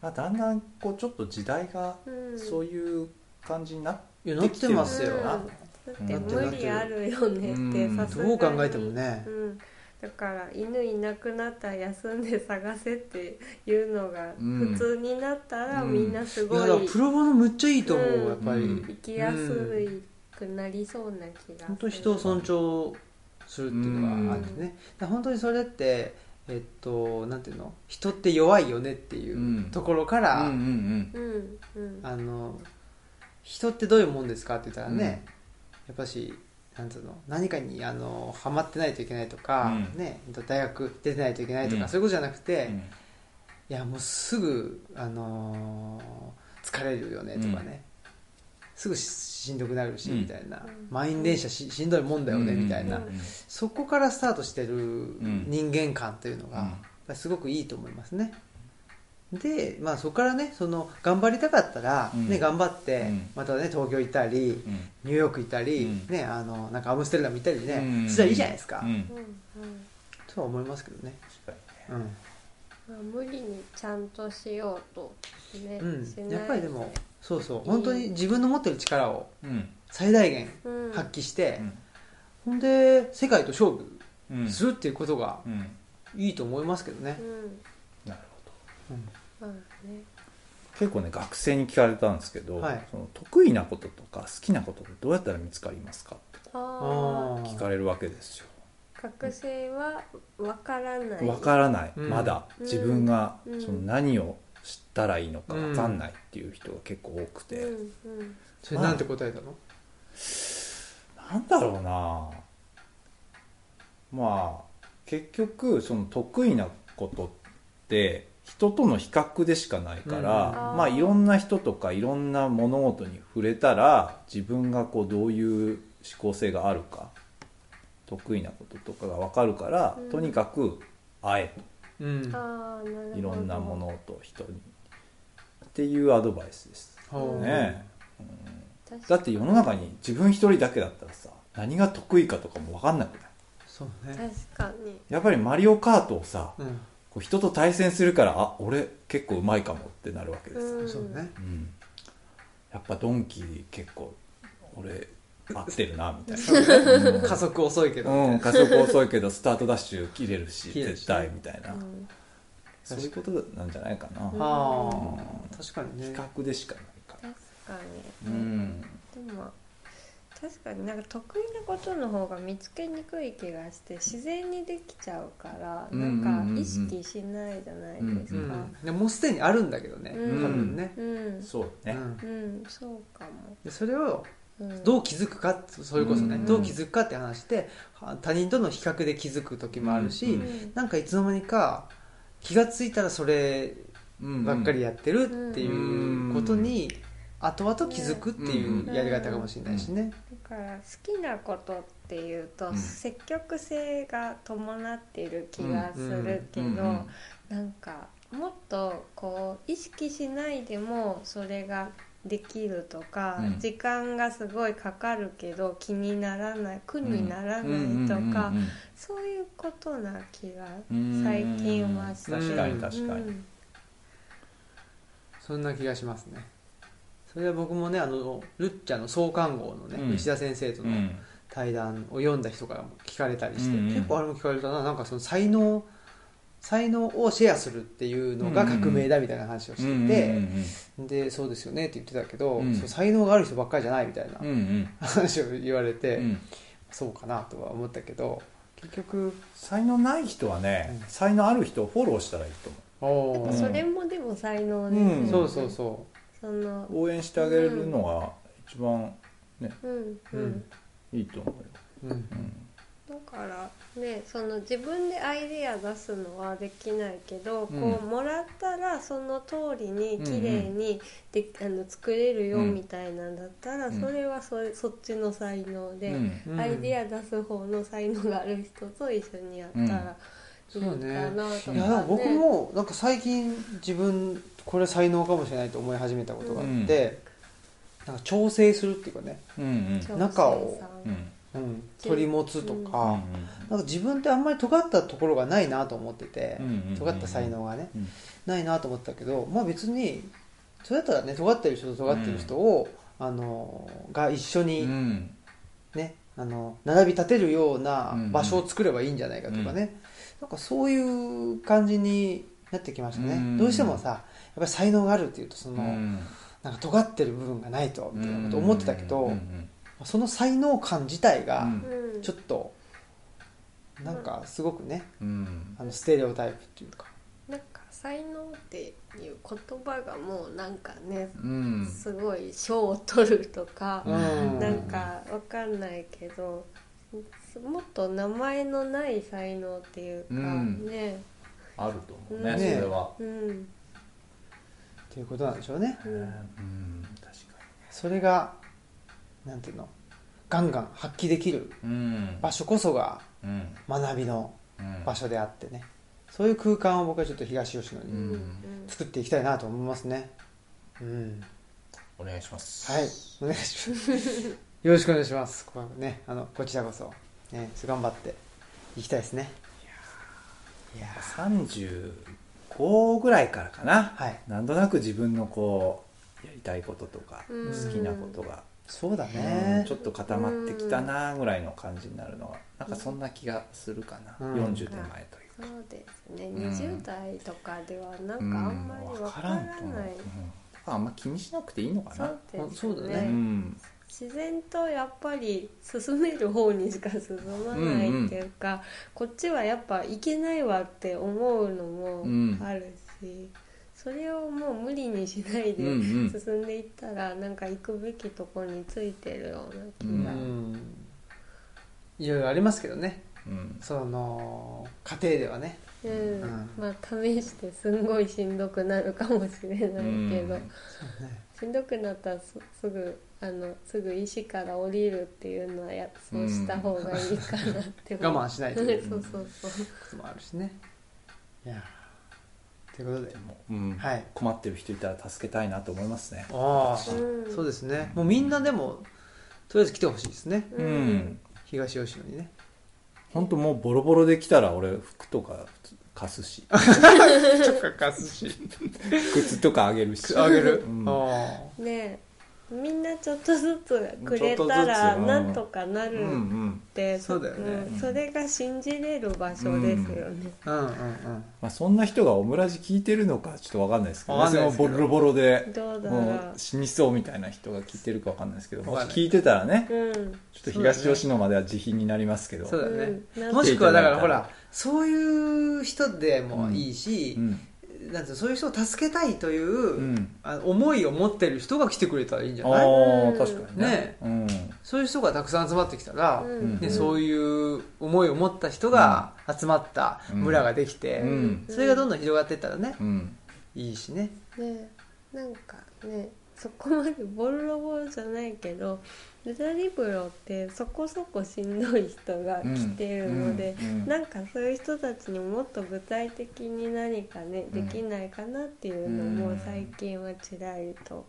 Speaker 3: まあ、だんだんこうちょっと時代が
Speaker 2: うん
Speaker 3: そういう感じになっ
Speaker 1: いやな
Speaker 3: て
Speaker 1: っ
Speaker 3: きて
Speaker 1: て
Speaker 3: る
Speaker 1: ま
Speaker 3: の
Speaker 1: す
Speaker 3: か
Speaker 1: よ、
Speaker 3: な、
Speaker 2: うんだって無理あるよねって
Speaker 3: な
Speaker 2: さ
Speaker 3: ってる
Speaker 2: すが
Speaker 1: どう
Speaker 2: に
Speaker 1: 考えてもね
Speaker 2: うん、だから犬いなくなったら休んで探せっていうのが
Speaker 3: うん
Speaker 2: 普通になったらみんなす
Speaker 1: い
Speaker 2: ご
Speaker 1: や
Speaker 2: い、
Speaker 1: だからプロボのむっちゃいいと思う、
Speaker 2: うん
Speaker 1: やっぱり、
Speaker 3: うん
Speaker 2: 生きやすくなりそうな気がする
Speaker 1: 本当に人を尊重するっていうのがあってね、だから本当にそれってえっとなんていうの人って弱いよねっていううんところから、
Speaker 3: うんうん
Speaker 2: うんうん
Speaker 1: あの人ってどういうもんですかって言ったらね、やっぱしなんていうの何かにあのハマってないといけないとか、
Speaker 3: うん
Speaker 1: ね、大学出てないといけないとか、
Speaker 3: うん
Speaker 1: そういうことじゃなくて、
Speaker 3: うんうん
Speaker 1: いやもうすぐ、あのー疲れるよねとかね、すぐししんどくなるし、
Speaker 3: うん
Speaker 1: みたいな
Speaker 2: うん
Speaker 1: 満員電車ししんどいもんだよね、みたいな、
Speaker 3: うんうんうん
Speaker 1: そこからスタートしてる
Speaker 3: ん
Speaker 1: 人間観というのが、
Speaker 3: うん
Speaker 1: やっぱりすごくいいと思いますね。で、まあ、そこからねその頑張りたかったら、
Speaker 3: うん
Speaker 1: ね頑張って、
Speaker 3: うん
Speaker 1: またね東京行ったり
Speaker 3: うん
Speaker 1: ニューヨーク行ったり、
Speaker 3: うん
Speaker 1: ね、あのなんかアムステルダム行ったり
Speaker 3: う
Speaker 1: ね、
Speaker 3: ん
Speaker 1: したらいいじゃないですか、
Speaker 3: うん
Speaker 2: うんうん
Speaker 1: とは思いますけどね。
Speaker 3: 確かに
Speaker 1: うん
Speaker 2: まあ、無理にちゃんとしようとね、し
Speaker 1: うん、
Speaker 2: ない
Speaker 1: やっぱりでもそうそう本当に自分の持ってる力を
Speaker 3: うん
Speaker 1: 最大限
Speaker 2: うん
Speaker 1: 発揮して、ほんで世界と勝負
Speaker 3: うんうん
Speaker 1: するっていうことが
Speaker 3: うん
Speaker 1: いいと思いますけどね
Speaker 2: う、ん
Speaker 3: なるほど
Speaker 1: うん
Speaker 2: まあね
Speaker 3: 結構ね学生に聞かれたんですけど、
Speaker 1: はい
Speaker 3: その得意なこととか好きなことってどうやったら見つかりますかって
Speaker 2: あ
Speaker 1: あー
Speaker 3: 聞かれるわけですよ
Speaker 2: あ学生はわからない
Speaker 3: わからない、
Speaker 1: うん
Speaker 3: まだ
Speaker 2: うん
Speaker 3: 自分が
Speaker 2: うん
Speaker 3: その何を知ったらいいのかわかんないっていう人が結構多くて、
Speaker 2: うんうん
Speaker 1: それなんて答えたの、
Speaker 3: なんだろうなまあ結局その得意なことって人との比較でしかないから、
Speaker 1: うん
Speaker 3: まあ
Speaker 2: あー
Speaker 3: いろんな人とかいろんな物事に触れたら自分がこうどういう思考性があるか得意なこととかが分かるから、
Speaker 2: うん
Speaker 3: とにかく会え
Speaker 1: うん
Speaker 2: ああなるほ
Speaker 3: と
Speaker 2: ど
Speaker 3: いろんなものと人にっていうアドバイスです、
Speaker 1: ほう
Speaker 3: ね
Speaker 2: 確か
Speaker 3: だって世の中に自分一人だけだったらさ何が得意かとかも分かんなくない
Speaker 1: そうね、
Speaker 2: 確かに
Speaker 3: やっぱりマリオカートをさ、
Speaker 1: うん、
Speaker 3: こう人と対戦するから、あ、俺結構うまいかもってなるわけです。
Speaker 2: うん
Speaker 1: そうね
Speaker 3: うんやっぱドンキー結構、俺合ってるなみ
Speaker 1: そう
Speaker 3: たいな、
Speaker 1: ね
Speaker 3: うん
Speaker 1: 加速遅いけど、
Speaker 3: うん、加速遅いけどスタートダッシュ切れるし
Speaker 1: 切れるし
Speaker 3: 絶対みたいな、
Speaker 2: うん
Speaker 3: そういうことなんじゃないかな、
Speaker 2: うん
Speaker 1: あ
Speaker 3: う
Speaker 1: あ確かにね
Speaker 3: 比較でしかないか
Speaker 2: 確か
Speaker 3: う
Speaker 2: に、
Speaker 3: ん
Speaker 2: でも確かになんか得意なことの方が見つけにくい気がして自然にできちゃうから
Speaker 3: うんう
Speaker 2: なん
Speaker 3: うんうん
Speaker 2: んか意識しないじゃないです
Speaker 1: う
Speaker 3: う
Speaker 2: か
Speaker 1: ん、でもうすでにあるんだけどね、
Speaker 2: うん
Speaker 1: 多分ね、
Speaker 2: うん
Speaker 3: そう
Speaker 1: う
Speaker 3: ね、
Speaker 1: ん、
Speaker 2: うんそうかも
Speaker 1: でそれを
Speaker 2: うん
Speaker 1: どう気づくかそれこそね、
Speaker 3: うん
Speaker 1: どう気づくかって話では他人との比較で気づく時もあるし、
Speaker 3: う
Speaker 2: うん
Speaker 1: なんかいつの間にか気がついたらそれ
Speaker 3: うん
Speaker 1: ばっかりやってるっていうことに後々気づくっていうやり方かもしれないしね、
Speaker 2: だから好きなことっていうと、
Speaker 3: うん
Speaker 2: 積極性が伴ってる気がするけど、
Speaker 3: うんうん
Speaker 2: なんかもっとこう意識しないでもそれができるとか、
Speaker 3: うん
Speaker 2: 時間がすごいかかるけど気にならない苦にならないとか、
Speaker 3: うんうんうんうん
Speaker 2: そういうことな気が
Speaker 3: うん
Speaker 2: 最近はして
Speaker 1: 確かに
Speaker 3: 確かに
Speaker 2: うん
Speaker 1: そんな気がしますねそれは僕もねあのルッチャの創刊号のね、
Speaker 3: うん
Speaker 1: 石田先生と
Speaker 3: う
Speaker 1: の
Speaker 3: ん
Speaker 1: 対談を読んだ人からも聞かれたりして、
Speaker 3: うんうん
Speaker 1: 結構あれも聞かれたななんかその才能才能をシェアするっていうのが革命だみたいな話をして
Speaker 3: う
Speaker 1: て、
Speaker 3: んうん
Speaker 1: でそうですよねって言ってたけど、
Speaker 3: うん
Speaker 1: その才能がある人ばっかりじゃないみたいな
Speaker 3: うんうん
Speaker 1: 話を言われて、
Speaker 3: うん
Speaker 1: そうかなとは思ったけど結局
Speaker 3: 才能ない人はね、
Speaker 1: うん
Speaker 3: 才能ある人をフォローしたらいいと思
Speaker 1: お
Speaker 2: やっぱ
Speaker 1: ー
Speaker 2: それもでも才能です
Speaker 3: うん
Speaker 1: そうそうそ
Speaker 2: その
Speaker 3: う応援してあげるのが一番
Speaker 2: うん
Speaker 1: う、
Speaker 2: う
Speaker 1: うんん
Speaker 3: いいと思
Speaker 1: う
Speaker 3: うよ、
Speaker 1: ん
Speaker 3: うん
Speaker 2: だからねその自分でアイデア出すのはできないけど、
Speaker 3: うん
Speaker 2: こうもらったらその通りに
Speaker 3: うんうん
Speaker 2: 綺麗にで、あの作れるよ
Speaker 3: うん
Speaker 2: みたいなんだったら、
Speaker 3: うん
Speaker 2: それはそれそっちの才能で、
Speaker 3: うん
Speaker 1: うん
Speaker 2: アイデア出す方の才能がある人と一緒にやったらいいかなとか、
Speaker 3: うんそう
Speaker 1: い
Speaker 3: ね
Speaker 2: ね
Speaker 1: やなんか僕もなんか最近自分これ才能かもしれないと思い始めたことがあって、なんか調整するっていうかね、
Speaker 3: うんうん
Speaker 2: 調整さん
Speaker 1: 中を
Speaker 3: うん
Speaker 1: うん、取り持つと
Speaker 3: う
Speaker 1: か,、
Speaker 3: ん
Speaker 1: なんか自分ってあんまり尖ったところがないなと思ってて、
Speaker 3: うんうんうん
Speaker 1: 尖った才能がね、
Speaker 3: うん
Speaker 1: ないなと思ったけどまあ別にそれだったらね尖ってる人と尖ってる人を、あのが一緒
Speaker 3: う
Speaker 1: に
Speaker 3: ん
Speaker 1: ね、あの並び立てるような
Speaker 3: うんうん
Speaker 1: 場所を作ればいいんじゃないかとかね、なんかそういう感じになってきましたね、
Speaker 3: うん
Speaker 1: どうしてもさやっぱり才能があるっていうとその、
Speaker 3: うん
Speaker 1: なんか尖ってる部分がないとみたいなこと思ってたけど、
Speaker 3: うんうん
Speaker 1: その才能感自体
Speaker 3: う
Speaker 1: が
Speaker 3: ん
Speaker 2: うん
Speaker 1: ちょっとなんかすごくね
Speaker 3: うん
Speaker 1: あのステレオタイプっていうか、
Speaker 2: なんか才能っていう言葉がもうなんかね
Speaker 3: うん
Speaker 2: すごい賞を取るとか、
Speaker 1: うん
Speaker 2: なんかわかんないけどもっと名前のない才能っていうか、
Speaker 3: うん
Speaker 2: ね
Speaker 3: あると思うね
Speaker 1: ね
Speaker 3: それは、
Speaker 2: うん
Speaker 1: っていうことなんでしょうね
Speaker 2: うん
Speaker 3: うん確か
Speaker 1: それがなんていうのガンガン発揮できる
Speaker 3: にうん
Speaker 1: 場所こそが
Speaker 3: うん
Speaker 1: 学びの
Speaker 3: うん
Speaker 1: 場所であってねそういう空間を僕はちょっと東吉野
Speaker 2: う
Speaker 1: に
Speaker 2: ん
Speaker 1: 作っていきたいなと思いますねうん
Speaker 3: お願いします
Speaker 1: はいお願いします [laughs] よろしくお願いしますここはねあのこちらこそ、ね、ちょっと頑張っていきたいですねいやー
Speaker 3: 35ぐらいからかな、
Speaker 1: はい
Speaker 3: なんとなく自分のこうやりたいこととか
Speaker 2: うん
Speaker 3: 好きなことが、
Speaker 1: そうだ
Speaker 3: うん
Speaker 1: ね
Speaker 3: ちょっと固まってきたなぐらいの感じになるのはなんかそんな気がするかな、
Speaker 1: うん
Speaker 3: 40手前というか、
Speaker 2: そうですね、
Speaker 3: ん
Speaker 2: 20代とかではなんかあ
Speaker 3: う
Speaker 2: んまりわから
Speaker 3: わ思う
Speaker 2: な
Speaker 3: うん
Speaker 2: い、
Speaker 3: だからあんま気にしなくていいのかな
Speaker 2: そうです
Speaker 1: あそう
Speaker 2: ね
Speaker 1: だね
Speaker 3: ん
Speaker 2: 自然とやっぱり進める方にしか進まないっていうか、こっちはやっぱいけないわって思うのもあるし、それをもう無理にしないで
Speaker 3: うんうん
Speaker 2: 進んでいったら、なんか行くべきとこについてるような気
Speaker 1: う
Speaker 2: が、
Speaker 1: んいろいろありますけどね
Speaker 3: うん
Speaker 1: その家庭ではね
Speaker 2: うん
Speaker 1: うん
Speaker 2: まあ試してすんごいしんどくなるかもしれないけど、
Speaker 3: うん
Speaker 1: ね
Speaker 2: しんどくなったらすすぐあのすぐ石から降りるっていうのはやそうした方がいいかなって思う
Speaker 1: 我慢しないというこ
Speaker 2: [laughs] そうそうそう
Speaker 1: ともあるしねいやーということで
Speaker 3: うん
Speaker 1: はい
Speaker 3: 困ってる人いたら助けたいなと思いますね
Speaker 1: ああ
Speaker 2: うん
Speaker 1: そうですねもうみんなでもとりあえず来てほしいですね
Speaker 3: うん、
Speaker 1: 東吉野にね
Speaker 3: ほんともうボロボロできたら俺服とか貸すし
Speaker 1: ちょっかかすし
Speaker 3: 靴とかあげる
Speaker 1: [laughs]
Speaker 3: し
Speaker 1: あげる、
Speaker 3: うん
Speaker 1: ああ
Speaker 2: ねみんなちょっとずつくれた
Speaker 3: ちょっとずつ
Speaker 2: ら
Speaker 3: うん
Speaker 2: なんとかな
Speaker 3: うんう
Speaker 2: る
Speaker 3: ん
Speaker 2: って、
Speaker 1: そうだよね
Speaker 2: んそれが信じれる場所ですよね、
Speaker 5: うんうんうん
Speaker 3: まあ、そんな人がオムラジ聞いてるのかちょっとわかんないですけど,、
Speaker 1: わかんないですけど
Speaker 3: そのボロボロで
Speaker 2: どうだろ
Speaker 3: も
Speaker 2: う
Speaker 3: う死にそうみたいな人が聞いてるかわかんないですけど
Speaker 1: わ
Speaker 3: も
Speaker 1: か
Speaker 3: し
Speaker 1: んない
Speaker 3: 聞いてたらね
Speaker 2: うん
Speaker 3: ちょっと東吉野までは自費になりますけど
Speaker 1: そうだね、
Speaker 2: うん
Speaker 1: もしくはだからほらそういう人でもいいし、
Speaker 3: うん
Speaker 1: なんていうのそういう人を助けたいという、
Speaker 3: うん
Speaker 1: あの思いを持ってる人が来てくれたらいいんじゃ
Speaker 3: あ
Speaker 1: ない
Speaker 3: あ
Speaker 2: うん
Speaker 3: 確かにね
Speaker 1: ね
Speaker 3: うん
Speaker 1: そういう人がたくさん集まってきたら、
Speaker 3: ん
Speaker 1: でそう
Speaker 2: い
Speaker 1: いう思いを持った人が集まった村ができて、
Speaker 3: うん
Speaker 1: それがどんどん広がっていったらね、
Speaker 3: うん
Speaker 1: いいしね
Speaker 2: ねなんかねそこまでボロボロじゃないけどルダリブロってそこそこしんどい人が来てるので、
Speaker 3: うんうん
Speaker 2: なんかそういう人たちにもっと具体的に何かね
Speaker 3: う
Speaker 2: で
Speaker 3: ん
Speaker 2: きないかなっていうの
Speaker 3: う
Speaker 2: も
Speaker 3: ん
Speaker 2: 最近はちらりと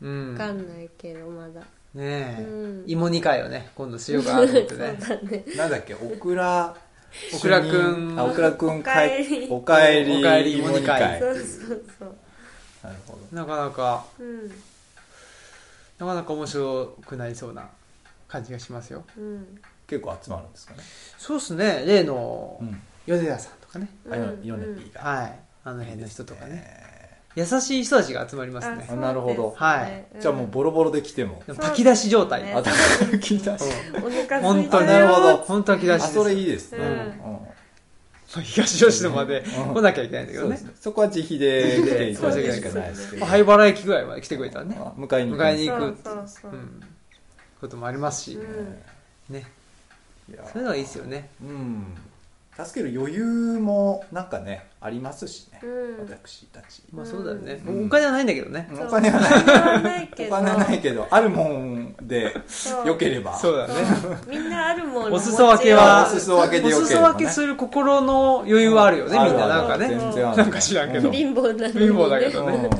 Speaker 1: うん
Speaker 2: 分かんないけどまだ、
Speaker 1: ねえ、
Speaker 2: うん
Speaker 1: 芋2回をね今度しようかな
Speaker 2: [laughs]
Speaker 1: と思ってね
Speaker 3: なんだっけオクラ
Speaker 1: オクラくん
Speaker 3: あオクラくんか
Speaker 2: おかえり
Speaker 3: おかえり
Speaker 1: おかえり
Speaker 3: 芋煮
Speaker 1: は
Speaker 3: 会
Speaker 1: い
Speaker 2: そうそうそう
Speaker 3: なるほど
Speaker 1: なかなか
Speaker 2: うん
Speaker 1: なかなか面白くなりそうな感じがしますよ
Speaker 2: うん
Speaker 3: 結構集まるんですかね
Speaker 1: そうっすね例の
Speaker 3: うん
Speaker 1: 米田さんとかね、
Speaker 3: あヨ
Speaker 2: うん
Speaker 3: ヨネピーが
Speaker 1: はいあの辺の人とかね
Speaker 3: ね
Speaker 1: 優しい人たちが集まりますね
Speaker 2: あそう
Speaker 3: なるほ
Speaker 2: です
Speaker 3: ど
Speaker 2: ね
Speaker 1: はい
Speaker 2: ん
Speaker 3: じゃあもうボロボロで来ても
Speaker 1: でも炊き出し状態、
Speaker 2: ね
Speaker 3: あだ [laughs] 聞いたし
Speaker 2: お腹すいたよ
Speaker 1: 本当に
Speaker 3: なるほど
Speaker 1: 本当は
Speaker 3: あ
Speaker 1: 東
Speaker 3: それいい
Speaker 1: で
Speaker 3: ですね
Speaker 2: うん
Speaker 3: うん
Speaker 1: す東吉野まで
Speaker 3: うん
Speaker 1: 来なきゃいけないんだけ
Speaker 3: そ
Speaker 1: ど
Speaker 3: うで
Speaker 1: ね
Speaker 3: すねそこは自費で来ていただくしかないですけど
Speaker 1: まあ灰原駅ぐらいまで来てくれたらね
Speaker 3: あ迎えに
Speaker 1: 迎えに
Speaker 3: 行
Speaker 1: 行くってい
Speaker 2: そうそうそう
Speaker 1: うんこともありますし、
Speaker 2: うん
Speaker 1: ね
Speaker 3: くいや
Speaker 1: そういうのがいいですよね
Speaker 3: うん助ける余裕もなんかねありますしね
Speaker 2: うん
Speaker 3: 私たち
Speaker 1: まあそうだよね、
Speaker 3: うん
Speaker 1: お金はないんだけどね、
Speaker 3: お金はない
Speaker 2: はないけ
Speaker 3: お
Speaker 2: ど
Speaker 3: 金はないけどあるもんで
Speaker 2: そう
Speaker 3: よければ
Speaker 1: そうだね
Speaker 2: そうみんなあるもの
Speaker 1: お裾分けは
Speaker 3: お裾分けでよければ
Speaker 1: お
Speaker 3: ね
Speaker 1: 裾分けする心の余裕はあるよね、
Speaker 3: う
Speaker 1: みんななんか
Speaker 3: あるある
Speaker 1: ね
Speaker 3: 全然ある
Speaker 1: なんか知らんけど
Speaker 3: う
Speaker 2: 貧乏なのにね
Speaker 1: 貧乏だけど
Speaker 3: うん
Speaker 2: そう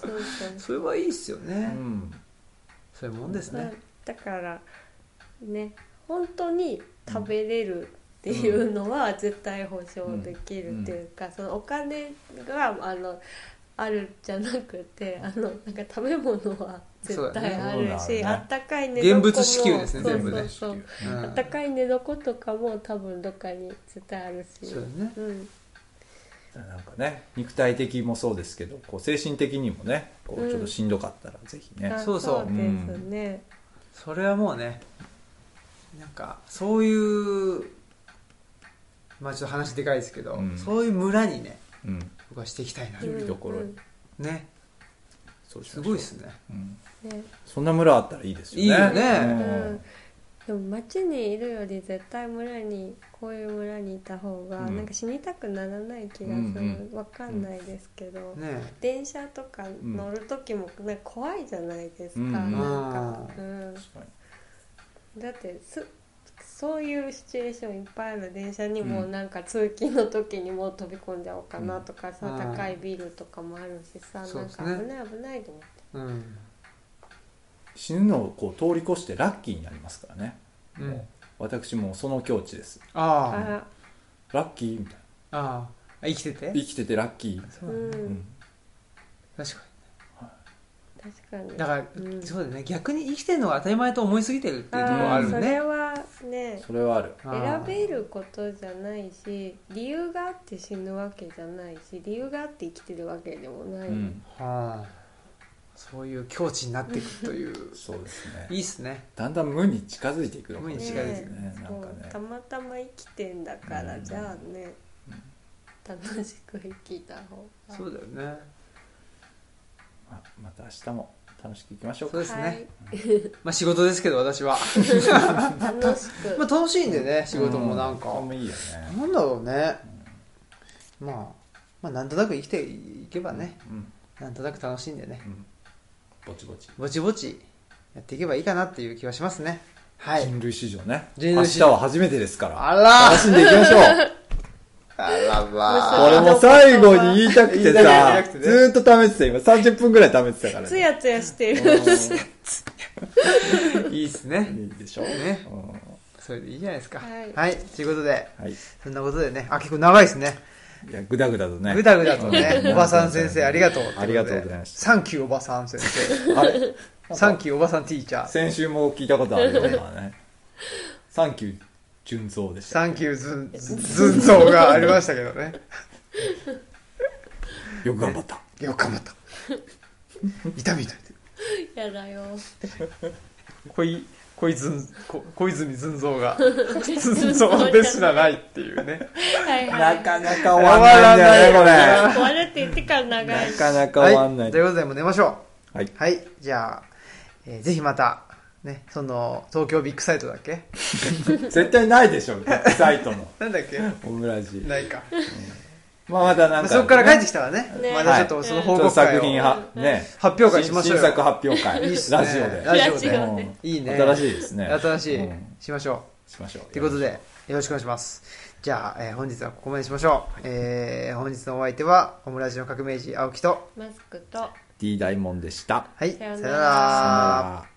Speaker 2: そう
Speaker 1: それはいいっすよ
Speaker 3: う
Speaker 1: ね、
Speaker 3: ん
Speaker 1: そういうもんです
Speaker 2: まあ
Speaker 1: ね、
Speaker 2: だからね本当に食べれるっていうのは絶対保証できるっていうか、そのお金があのあるじゃなくてあのなんか食べ物は絶対あ
Speaker 3: そうだね
Speaker 2: るし、
Speaker 3: そうだね
Speaker 2: あったかい寝床も
Speaker 1: 現物支給ですね
Speaker 2: そう
Speaker 1: 全部ね
Speaker 2: そうそう
Speaker 1: うん
Speaker 2: あったかい寝床とかも多分どっかに絶対あるし
Speaker 1: そうだね
Speaker 2: うん
Speaker 3: なんかね肉体的もそうですけどこう精神的にもねこうちょっとしんどかったらぜひね
Speaker 2: あ
Speaker 1: そうそう
Speaker 2: ですね、
Speaker 1: それはもうねなんかそういうまあちょっと話でかいですけど、
Speaker 3: うん
Speaker 1: そういう村にね
Speaker 3: うん
Speaker 1: 僕はしていきたいな、
Speaker 2: うん
Speaker 3: いいところ
Speaker 2: うん
Speaker 1: ね
Speaker 3: そうし
Speaker 1: す
Speaker 3: ましょ
Speaker 1: ご
Speaker 3: う
Speaker 1: いっすね
Speaker 3: うん
Speaker 2: ね
Speaker 3: そんな村あったらいいですよね
Speaker 1: いいよね
Speaker 2: うんでも町にいるより絶対村にこういう村にいた方が、
Speaker 3: うん
Speaker 2: なんか死にたくならない気がする、
Speaker 3: うんうん
Speaker 2: わかんないですけど、
Speaker 1: ね
Speaker 2: 電車とか乗る時もなんか怖いじゃないですか、
Speaker 3: うん
Speaker 2: なんか、
Speaker 1: う
Speaker 2: うん、
Speaker 3: 確かに
Speaker 2: だってすそういうシチュエーションいっぱいある電車にもなんか通勤の時にもう飛び込んじゃおうかなとかさ、
Speaker 1: うん
Speaker 2: 高いビルとかもあるしさ、
Speaker 1: そう
Speaker 2: なん
Speaker 1: です
Speaker 2: か
Speaker 1: ね
Speaker 2: 危ない危ないと思って。
Speaker 1: うん
Speaker 3: 死ぬのをこう通り越してラッキーになりますからね、
Speaker 1: うん
Speaker 3: もう私もうその境地です
Speaker 1: あ
Speaker 2: あ
Speaker 3: ラッキーみたい
Speaker 1: あああ生きてて
Speaker 3: な生きててラッキー、
Speaker 1: そう
Speaker 2: う
Speaker 1: だね、
Speaker 2: ん、
Speaker 3: うん
Speaker 1: 確か
Speaker 2: 確かに
Speaker 1: にだから、
Speaker 2: うん
Speaker 1: そうだね逆に生きてるのが当たり前と思いすぎてるっていうところはあ
Speaker 2: あ
Speaker 1: る
Speaker 2: ー
Speaker 1: よ
Speaker 2: そ
Speaker 1: ね
Speaker 2: れはね
Speaker 3: それはある
Speaker 1: あー
Speaker 2: 選べることじゃないし理由があって死ぬわけじゃないし理由があって生きてるわけでもな
Speaker 3: う
Speaker 2: い、
Speaker 3: ん
Speaker 1: はあそういう境地になっていくという
Speaker 3: そうです
Speaker 1: い
Speaker 3: ね
Speaker 1: いっすね
Speaker 3: だんだん無に近づいていくのかも
Speaker 1: 無
Speaker 3: し
Speaker 1: に
Speaker 3: れ
Speaker 1: 近
Speaker 3: な
Speaker 1: づい
Speaker 3: いで
Speaker 1: て
Speaker 3: す
Speaker 1: いく
Speaker 3: ねな
Speaker 2: そ
Speaker 3: ん
Speaker 2: う
Speaker 3: かね
Speaker 2: たまたま生きてんだから、
Speaker 3: うん
Speaker 2: じゃあね、楽しく生きた方が
Speaker 1: そうだよね
Speaker 3: ままた明日も楽しくいきましょう
Speaker 1: そう
Speaker 3: か
Speaker 1: ですね、まあ仕事ですけど私 [laughs] は
Speaker 2: はい、楽しく、
Speaker 1: まあ楽しいんでね仕事もなんか、
Speaker 3: うそれもいいよね
Speaker 1: なんだろうね、まあ、まあなんとなく生きていけばね、
Speaker 3: うん
Speaker 1: なんとなく楽しんでね
Speaker 3: うんぼちぼち
Speaker 1: ぼちぼちやっていけばいいかなっていう気はしますねはい
Speaker 3: 人類史上ね
Speaker 1: 人
Speaker 3: 明
Speaker 1: 類
Speaker 3: 日
Speaker 1: 史
Speaker 3: は初めてですから
Speaker 1: あら
Speaker 3: 楽しんでいきましょう
Speaker 1: あら
Speaker 2: まあ
Speaker 3: これも最後に言いたくて
Speaker 1: 言い
Speaker 3: さ
Speaker 1: たくてね
Speaker 3: ずーっと溜めてた今30分ぐらい溜めてたから
Speaker 2: つ
Speaker 3: ね
Speaker 2: やつやしてる、
Speaker 1: いいっすね
Speaker 3: いいでしょ
Speaker 1: ね
Speaker 3: うんは
Speaker 1: それでいいじゃないですか
Speaker 2: はい
Speaker 1: ということで
Speaker 3: い
Speaker 1: そんなことでねあ結構長いですね
Speaker 3: いやぐだぐだとね
Speaker 1: ぐだぐだとね
Speaker 3: うん
Speaker 1: おばさん先生ありがとうってことで
Speaker 3: ありがとうございました
Speaker 1: サンキューおばさん先生
Speaker 3: あれ
Speaker 1: サンキューおばさんティーチャー。
Speaker 3: 先週も聞いたことあるようなね。サンキュー純蔵でした。
Speaker 1: サンキューずん、ずんぞうがありましたけどね。
Speaker 3: よく頑張った。
Speaker 1: よく頑張った。痛み痛い。
Speaker 2: やだ
Speaker 1: [laughs]
Speaker 2: よ。
Speaker 1: こい、こいずん、こ小泉ずんぞう [laughs] が、ずんぞうですらないっていうね。
Speaker 2: はいは。
Speaker 3: ないかなか終わらないんだよね、これ。
Speaker 2: 終わるって言ってから長い
Speaker 3: な。かなか終わんな。
Speaker 1: はいい。ということで、もう寝ましょう。
Speaker 3: はい
Speaker 1: はい。じゃあ、えーぜひまた、ね、その、東京ビッグサイトだっけ
Speaker 3: 絶対ないでしょ、ビッグサイトの。
Speaker 1: なんだっけ
Speaker 3: オムラジ。
Speaker 1: ないか。
Speaker 3: まあまだな
Speaker 1: ま
Speaker 3: ん
Speaker 1: あ
Speaker 3: か。
Speaker 1: そこから帰ってきたらね、
Speaker 2: ね
Speaker 1: またちょっとその
Speaker 3: ちょ
Speaker 1: 報
Speaker 3: っと
Speaker 1: 告会
Speaker 3: 作品
Speaker 1: を
Speaker 3: は、ね。
Speaker 1: 発表会しましょう
Speaker 3: 新
Speaker 1: よ。
Speaker 3: 作発表会。
Speaker 1: いいっすね
Speaker 3: ラジオで。
Speaker 1: ラジオで
Speaker 2: いや違うね
Speaker 3: うん
Speaker 1: いいね。
Speaker 3: 新しいですね。
Speaker 1: 新しい
Speaker 3: うん
Speaker 1: しましょ
Speaker 3: しましょう。
Speaker 1: う。ということで、よろしくお願いします。じゃあ、えー本日はここまでにしましょう。えー本日のお相手は、オムラジの革命児、青木と、
Speaker 2: マスクと。
Speaker 3: D 大門でした。
Speaker 1: はい、さ
Speaker 2: さ
Speaker 1: よ
Speaker 2: ようなら
Speaker 1: な
Speaker 3: さよ
Speaker 1: ら
Speaker 3: な。ら